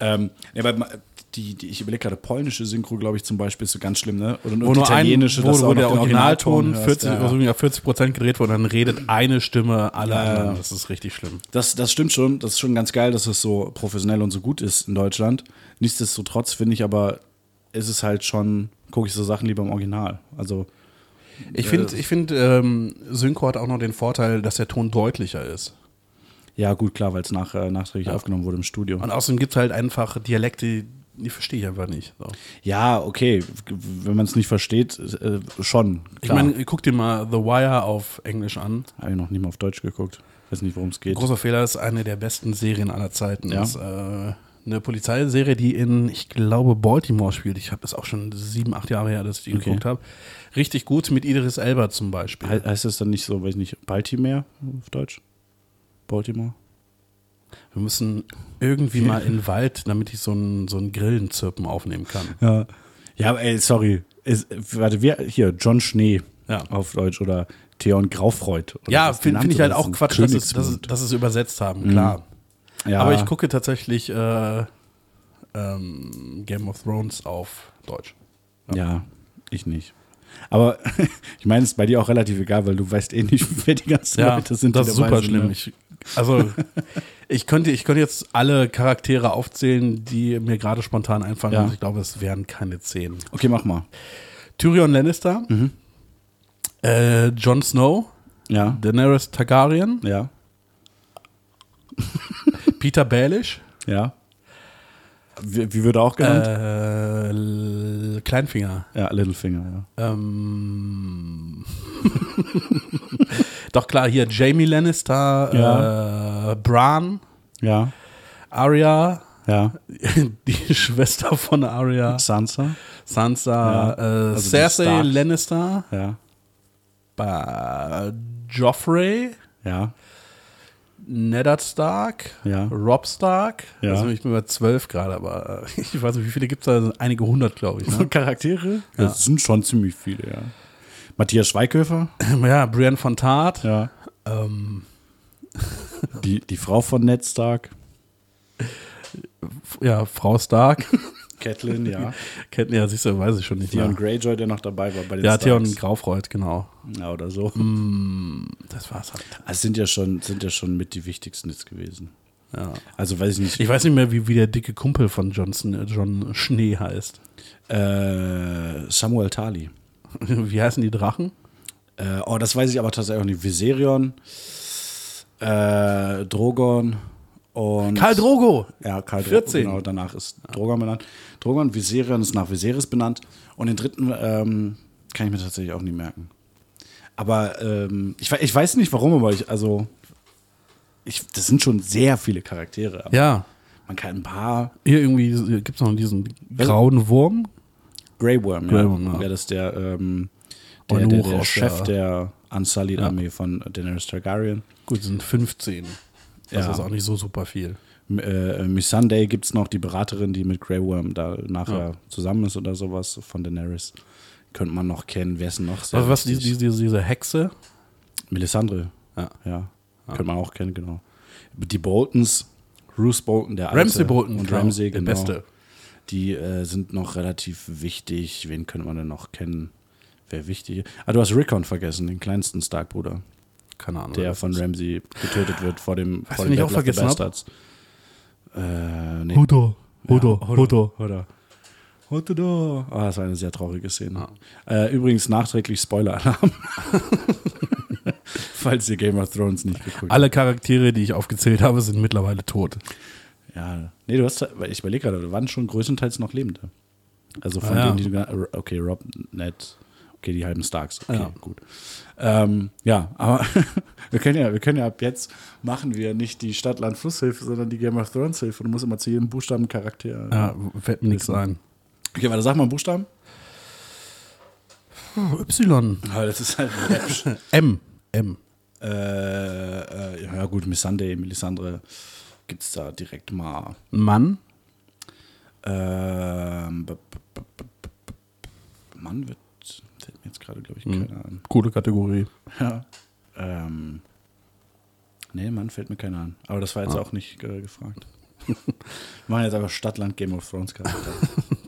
Speaker 3: Ähm, nee, aber ma- die, die, ich überlege gerade, polnische Synchro, glaube ich, zum Beispiel ist so ganz schlimm, ne? Oder
Speaker 1: Wo nur ein, wo,
Speaker 3: dass du
Speaker 1: wo
Speaker 3: auch
Speaker 1: der
Speaker 3: noch den
Speaker 1: Originalton
Speaker 3: hörst,
Speaker 1: 40,
Speaker 3: ja.
Speaker 1: also irgendwie auf 40 Prozent gedreht wurde, dann redet eine Stimme alle anderen. Das ist richtig schlimm.
Speaker 3: Das, das stimmt schon. Das ist schon ganz geil, dass es so professionell und so gut ist in Deutschland. Nichtsdestotrotz finde ich aber, ist es halt schon, gucke ich so Sachen lieber im Original. Also,
Speaker 1: Ich finde, ich find, ähm, Synchro hat auch noch den Vorteil, dass der Ton deutlicher ist.
Speaker 3: ja, gut, klar, weil es nach, äh, nachträglich aufgenommen wurde im Studio.
Speaker 1: Und außerdem gibt es halt einfach Dialekte, die verstehe ich einfach nicht. So.
Speaker 3: Ja, okay, g- wenn man es nicht versteht, äh, schon.
Speaker 1: Ich
Speaker 3: Klar.
Speaker 1: meine, guck dir mal The Wire auf Englisch an.
Speaker 3: habe ich noch nie mal auf Deutsch geguckt. Weiß nicht, worum es geht.
Speaker 1: Großer Fehler ist eine der besten Serien aller Zeiten.
Speaker 3: Ja.
Speaker 1: Ist, äh, eine Polizeiserie, die in, ich glaube, Baltimore spielt. Ich habe das auch schon sieben, acht Jahre her, dass ich die
Speaker 3: Okay.
Speaker 1: geguckt habe. Richtig gut mit Idris Elba zum Beispiel.
Speaker 3: He heißt das dann nicht so, weiß ich nicht, Baltimore auf Deutsch? Baltimore?
Speaker 1: Wir müssen irgendwie mal in den Wald, damit ich so einen so einen Grillenzirpen aufnehmen kann.
Speaker 3: Ja, ja aber ey, sorry. Ist, warte, wer hier? John Schnee
Speaker 1: Ja.
Speaker 3: auf Deutsch oder Theon Graufreud. Oder
Speaker 1: Ja,
Speaker 3: was
Speaker 1: finde
Speaker 3: nannte
Speaker 1: find ich halt
Speaker 3: das?
Speaker 1: auch
Speaker 3: Ein
Speaker 1: Quatsch, dass es, dass, es,
Speaker 3: Königsmund. Mhm.
Speaker 1: dass es übersetzt haben, klar.
Speaker 3: ja,
Speaker 1: Aber ich gucke tatsächlich äh, ähm, Game of Thrones auf Deutsch.
Speaker 3: Ja, ich nicht. Aber ich meine, es ist bei dir auch relativ egal, weil du weißt eh nicht, wer die ganzen Leute sind. die
Speaker 1: das ist
Speaker 3: dabei
Speaker 1: super
Speaker 3: sind,
Speaker 1: schlimm.
Speaker 3: ne?
Speaker 1: Ich, also ich könnte, ich könnte jetzt alle Charaktere aufzählen, die mir gerade spontan einfallen.
Speaker 3: Ja.
Speaker 1: Und ich glaube, es wären keine zehn.
Speaker 3: Okay, mach mal.
Speaker 1: Tyrion Lannister, äh, Jon Snow,
Speaker 3: Ja.
Speaker 1: Daenerys Targaryen,
Speaker 3: Ja.
Speaker 1: Peter Baelish,
Speaker 3: Ja. Wie, wie würde auch genannt?
Speaker 1: äh, L- Kleinfinger.
Speaker 3: ja, Littlefinger, ja.
Speaker 1: Ähm, doch klar, hier Jamie Lannister, äh, Bran,
Speaker 3: Ja.
Speaker 1: Arya,
Speaker 3: Ja.
Speaker 1: die Schwester von Arya,
Speaker 3: Sansa?
Speaker 1: Sansa,
Speaker 3: Ja,
Speaker 1: äh,
Speaker 3: also die
Speaker 1: Cersei
Speaker 3: Starks.
Speaker 1: Lannister,
Speaker 3: Ja.
Speaker 1: äh, Joffrey,
Speaker 3: Ja.
Speaker 1: Neddard Stark,
Speaker 3: Ja.
Speaker 1: Rob Stark.
Speaker 3: Ja.
Speaker 1: Also ich bin bei zwölf gerade, aber äh, ich weiß nicht, wie viele gibt es da? Einige hundert, glaube ich. Ne?
Speaker 3: Charaktere? Das sind schon ziemlich viele, ja. Matthias Schweighöfer?
Speaker 1: ja, Brienne von Tart,
Speaker 3: Ja.
Speaker 1: ähm,
Speaker 3: Die, die Frau von Ned Stark.
Speaker 1: f- ja, Frau Stark.
Speaker 3: Catelyn, ja.
Speaker 1: Kennt ja, siehst du, weiß ich schon nicht.
Speaker 3: Theon
Speaker 1: mehr.
Speaker 3: Greyjoy, der noch dabei war bei den
Speaker 1: Ja,
Speaker 3: Starks.
Speaker 1: Theon Graufreud, genau.
Speaker 3: Ja, oder so.
Speaker 1: Das war's halt.
Speaker 3: Also sind ja schon, sind ja schon mit die wichtigsten jetzt gewesen.
Speaker 1: Ja.
Speaker 3: Also weiß ich nicht.
Speaker 1: Ich weiß nicht mehr, wie, wie der dicke Kumpel von Johnson, äh, John Schnee heißt.
Speaker 3: äh, Samuel Tali.
Speaker 1: Wie heißen die Drachen?
Speaker 3: Äh, oh, das weiß ich aber tatsächlich auch nicht. Viserion, äh, Drogon und.
Speaker 1: Karl Drogo!
Speaker 3: Ja, Karl Drogo,
Speaker 1: 14.
Speaker 3: Genau, danach ist Drogon benannt. Drogon, Viserion ist nach Viserys benannt. Und den dritten ähm, kann ich mir tatsächlich auch nie merken. Aber ähm, ich, we- ich weiß nicht warum, aber ich, also. Ich, das sind schon sehr viele Charaktere. Aber
Speaker 1: Ja.
Speaker 3: Man kann ein paar.
Speaker 1: Hier irgendwie gibt es noch diesen grauen Wurm.
Speaker 3: Grey Worm,
Speaker 1: Grey
Speaker 3: ja.
Speaker 1: Worm, ja.
Speaker 3: ja. Das ist der, ähm, der, der,
Speaker 1: Eunuch
Speaker 3: der
Speaker 1: aus
Speaker 3: Chef
Speaker 1: der-
Speaker 3: der Unsullied-Armee von Daenerys Targaryen.
Speaker 1: Gut, sind 15. Das
Speaker 3: Ja.
Speaker 1: ist auch nicht so super viel.
Speaker 3: äh, Miss Sunday gibt es noch die Beraterin, die mit Grey Worm da nachher zusammen ist oder sowas von Daenerys. Könnte man noch kennen. Wer ist denn noch? Sehr
Speaker 1: Also was, diese,
Speaker 3: wichtig?
Speaker 1: diese, diese Hexe?
Speaker 3: Melisandre.
Speaker 1: Ja.
Speaker 3: Ja. Könnte man auch kennen, genau. Die Boltons, Bruce Bolton, der alte.
Speaker 1: Ramsay Bolton,
Speaker 3: Und
Speaker 1: klar,
Speaker 3: Ramsay,
Speaker 1: der
Speaker 3: genau.
Speaker 1: Beste.
Speaker 3: Die äh, sind noch relativ wichtig. Wen könnte man denn noch kennen? Wer wichtig ist? Ah, du hast Rickon vergessen, den kleinsten Stark-Bruder,
Speaker 1: Keine Ahnung.
Speaker 3: der von Ramsay getötet wird vor dem
Speaker 1: Was
Speaker 3: vor
Speaker 1: ich
Speaker 3: dem
Speaker 1: nicht auch
Speaker 3: Battle of the
Speaker 1: vergessen hab?
Speaker 3: Bastards. Äh, nee.
Speaker 1: Hodor. Hodor.
Speaker 3: Ja,
Speaker 1: Hodor.
Speaker 3: Hodor. Hodor. Ah, das war eine sehr traurige Szene. Äh, übrigens nachträglich Spoiler-Alarm. Falls ihr Game of Thrones nicht geguckt habt.
Speaker 1: Alle Charaktere, die ich aufgezählt habe, sind mittlerweile tot.
Speaker 3: Ja. Nee, du hast, weil ich überlege gerade, da waren schon größtenteils noch Lebende. Also von
Speaker 1: Ah, ja.
Speaker 3: denen, die du genannt Okay, Rob, Ned, okay, die halben Starks. Okay,
Speaker 1: Ja.
Speaker 3: gut. Ähm, ja, aber wir können ja, wir können ja ab jetzt machen wir nicht die Stadt-Land-Flusshilfe, sondern die Game of Thrones-Hilfe. Du musst immer zu jedem Buchstaben Charakter.
Speaker 1: Ja, fällt mir nichts ein.
Speaker 3: Okay, warte, sag mal einen Buchstaben.
Speaker 1: Oh, Y.
Speaker 3: Aber das ist halt ein Rap.
Speaker 1: M. M.
Speaker 3: Äh, äh, ja gut, Miss Sunday, Melisandre gibt's da direkt mal.
Speaker 1: Mann.
Speaker 3: Ähm, b- b- b- b- b- b- Mann wird, fällt mir jetzt gerade, glaube ich, keiner an.
Speaker 1: Coole Kategorie.
Speaker 3: Ja. Ähm, nee, Mann fällt mir keiner an. Aber das war jetzt auch nicht äh, gefragt. Wir machen jetzt einfach Stadtland Game of Thrones Charakter.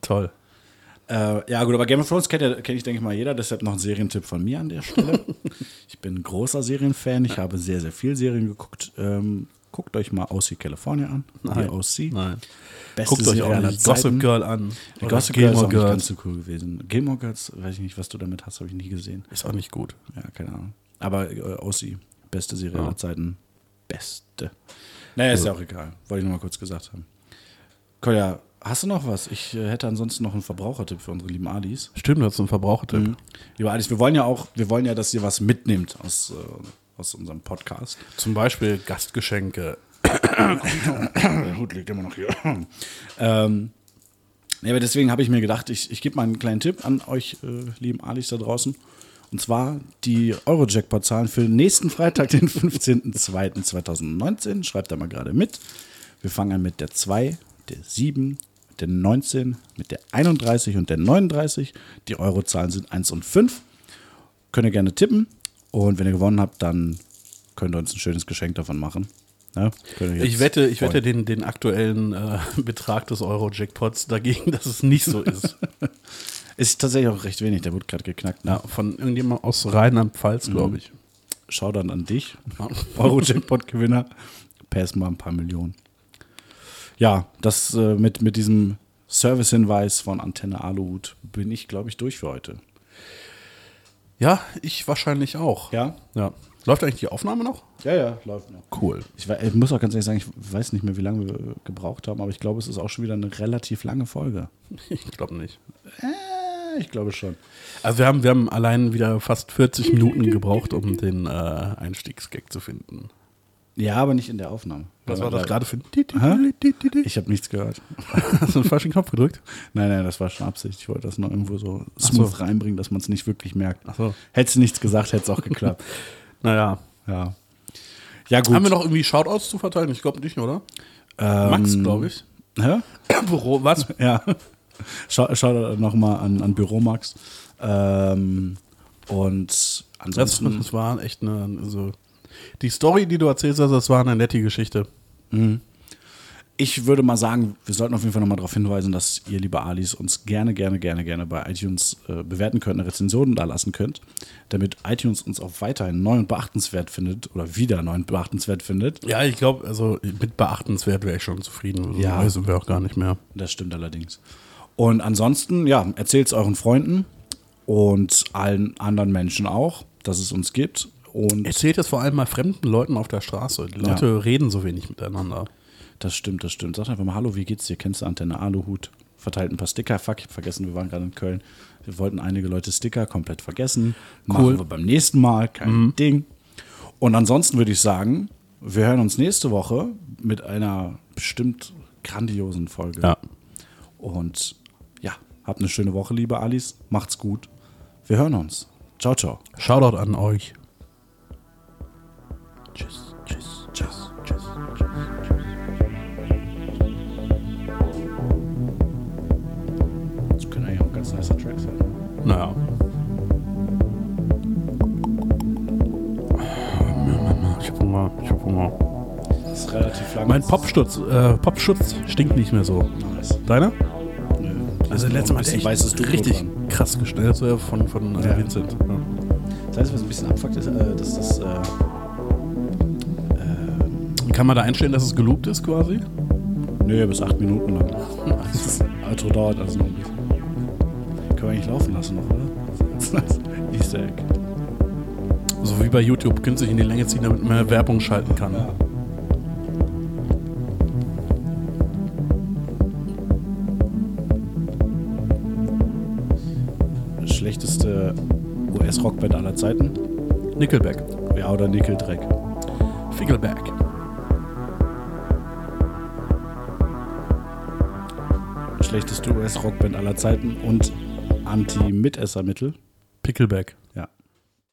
Speaker 1: Toll.
Speaker 3: Äh, ja, gut, aber Game of Thrones kennt, ja, kennt ich, denke ich mal, jeder. Deshalb noch ein Serientipp von mir an der Stelle. ich bin ein großer Serienfan. Ich habe sehr, sehr viel Serien geguckt. Ähm, guckt euch mal OC California an.
Speaker 1: Nein.
Speaker 3: Die OC.
Speaker 1: Nein.
Speaker 3: Bestes
Speaker 1: Guckt euch auch
Speaker 3: aller
Speaker 1: eine
Speaker 3: Zeiten.
Speaker 1: Gossip Girl an.
Speaker 3: Die
Speaker 1: Oder
Speaker 3: Gossip Girl ist auch
Speaker 1: Gilmore
Speaker 3: nicht ganz so cool gewesen. Gilmore Girls, weiß ich nicht, was du damit hast, habe ich nie gesehen.
Speaker 1: Ist auch nicht gut.
Speaker 3: Ja, keine Ahnung. Aber äh, OC, beste Serie
Speaker 1: Ja.
Speaker 3: aller Zeiten. Beste. Naja, ist ja auch egal. Wollte ich nur mal kurz gesagt haben. Kolja, hast du noch was? Ich äh, hätte ansonsten noch einen Verbrauchertipp für unsere lieben Adis.
Speaker 1: Stimmt, das ist ein Verbrauchertipp.
Speaker 3: Lieber Alice, wir wollen ja auch, wir wollen ja, dass ihr was mitnehmt aus, äh, aus unserem Podcast.
Speaker 1: Zum Beispiel Gastgeschenke.
Speaker 3: Der Hut liegt immer noch hier. ähm, ja, aber deswegen habe ich mir gedacht, ich, ich gebe mal einen kleinen Tipp an euch, äh, lieben Alis da draußen. Und zwar die Euro-Jackpot-Zahlen für den nächsten Freitag, den 15.02.2019. Schreibt da mal gerade mit. Wir fangen an mit der 2, der 7, der 19, mit der 31 und der 39. Die Euro-Zahlen sind 1 und 5. Könnt ihr gerne tippen. Und wenn ihr gewonnen habt, dann könnt ihr uns ein schönes Geschenk davon machen. Ne? Könnt ihr jetzt
Speaker 1: Ich wette, ich
Speaker 3: freuen.
Speaker 1: wette den, den aktuellen äh, Betrag des Euro-Jackpots dagegen, dass es nicht so ist.
Speaker 3: Ist tatsächlich auch recht wenig, der wurde gerade geknackt. Ne?
Speaker 1: ja, von irgendjemandem aus Rheinland-Pfalz, glaube ich.
Speaker 3: Schau dann an dich,
Speaker 1: Ja.
Speaker 3: Euro-Jackpot-Gewinner. Pass mal ein paar Millionen. Ja, das äh, mit, mit diesem Service-Hinweis von Antenne Aluhut bin ich, glaube ich, durch für heute.
Speaker 1: Ja, ich wahrscheinlich auch.
Speaker 3: Ja?
Speaker 1: ja. Läuft eigentlich die Aufnahme noch?
Speaker 3: Ja, ja, läuft noch.
Speaker 1: Cool.
Speaker 3: Ich, we- ich muss auch ganz ehrlich sagen, ich weiß nicht mehr, wie lange wir gebraucht haben, aber ich glaube, es ist auch schon wieder eine relativ lange Folge.
Speaker 1: Ich glaube nicht.
Speaker 3: Äh, ich glaube schon.
Speaker 1: Also wir haben, wir haben allein wieder fast 40 Minuten gebraucht, um den äh, Einstiegsgag zu finden.
Speaker 3: Ja, aber nicht in der Aufnahme.
Speaker 1: Was war das
Speaker 3: Weil-
Speaker 1: gerade für ein...
Speaker 3: Hä?
Speaker 1: Ich
Speaker 3: Ich habe nichts gehört.
Speaker 1: habe den falschen Knopf gedrückt.
Speaker 3: Nein, nein, das war schon Absicht. Ich wollte das noch irgendwo so
Speaker 1: so.
Speaker 3: smooth reinbringen, dass man es nicht wirklich merkt.
Speaker 1: Ach so.
Speaker 3: Hättest du nichts gesagt, hätte es auch geklappt.
Speaker 1: Naja.
Speaker 3: ja. Ja, gut. ähm,
Speaker 1: Haben wir noch irgendwie Shoutouts zu verteilen? Ich glaube nicht, oder? Max, glaube ich.
Speaker 3: Hä?
Speaker 1: Büro, was?
Speaker 3: Ja. Schau, schau nochmal an, an Büromax. Ähm, und
Speaker 1: Das,
Speaker 3: ansonsten.
Speaker 1: das war echt eine. Also die Story, die du erzählst, hast, das war eine nette Geschichte.
Speaker 3: ich würde mal sagen, wir sollten auf jeden Fall nochmal darauf hinweisen, dass ihr, liebe Alis, uns gerne, gerne, gerne, gerne bei iTunes äh, bewerten könnt, eine Rezension da lassen könnt, damit iTunes uns auch weiterhin neu und beachtenswert findet oder wieder neu und beachtenswert findet.
Speaker 1: Ja, ich glaube, also mit beachtenswert wäre ich schon zufrieden. Also
Speaker 3: Ja.
Speaker 1: Neu sind wir auch gar nicht mehr.
Speaker 3: Das stimmt allerdings. Und ansonsten, ja, erzählt es euren Freunden und allen anderen Menschen auch, dass es uns gibt. Und
Speaker 1: Erzählt das vor allem mal fremden Leuten auf der Straße. Die Leute reden so wenig miteinander.
Speaker 3: das stimmt, das stimmt. Sagt einfach mal, hallo, wie geht's dir? Kennst du Antenne Aluhut? Verteilt ein paar Sticker. Fuck, ich hab vergessen, wir waren gerade in Köln. Wir wollten einige Leute Sticker komplett vergessen. Machen wir beim nächsten Mal, kein Ding. Und ansonsten würde ich sagen, wir hören uns nächste Woche mit einer bestimmt grandiosen Folge. Und ja, habt eine schöne Woche, liebe Alice. Macht's gut. Wir hören uns. Ciao, ciao.
Speaker 1: Shoutout an euch.
Speaker 3: Tschüss, tschüss, tschüss, tschüss. tschüss. relativ lang.
Speaker 1: Mein Popschutz, äh, Popschutz stinkt nicht mehr so.
Speaker 3: Nice.
Speaker 1: Deiner?
Speaker 3: Nö.
Speaker 1: Also letztes
Speaker 3: Ein
Speaker 1: Mal hat
Speaker 3: bisschen
Speaker 1: echt
Speaker 3: weißes Tuch
Speaker 1: richtig
Speaker 3: dran.
Speaker 1: krass gestellt das war von, von äh,
Speaker 3: Ja.
Speaker 1: Vincent. Ja.
Speaker 3: Das heißt, was ein bisschen abfuckt ist, äh, dass das. Äh,
Speaker 1: Kann man da einstellen, dass es gelobt ist quasi?
Speaker 3: nö, bis acht Minuten lang. Outro dauert also noch ein bisschen. Können wir eigentlich laufen lassen noch, oder? Easter Egg.
Speaker 1: So wie bei YouTube, künstlich in die Länge ziehen, damit man Werbung schalten kann.
Speaker 3: Ja. Das Schlechteste US-Rockband aller Zeiten?
Speaker 1: Nickelback.
Speaker 3: Ja, oder Nickeldreck.
Speaker 1: Fickelback.
Speaker 3: Schlechteste US-Rockband aller Zeiten und Anti-Mitessermittel?
Speaker 1: Pickleback.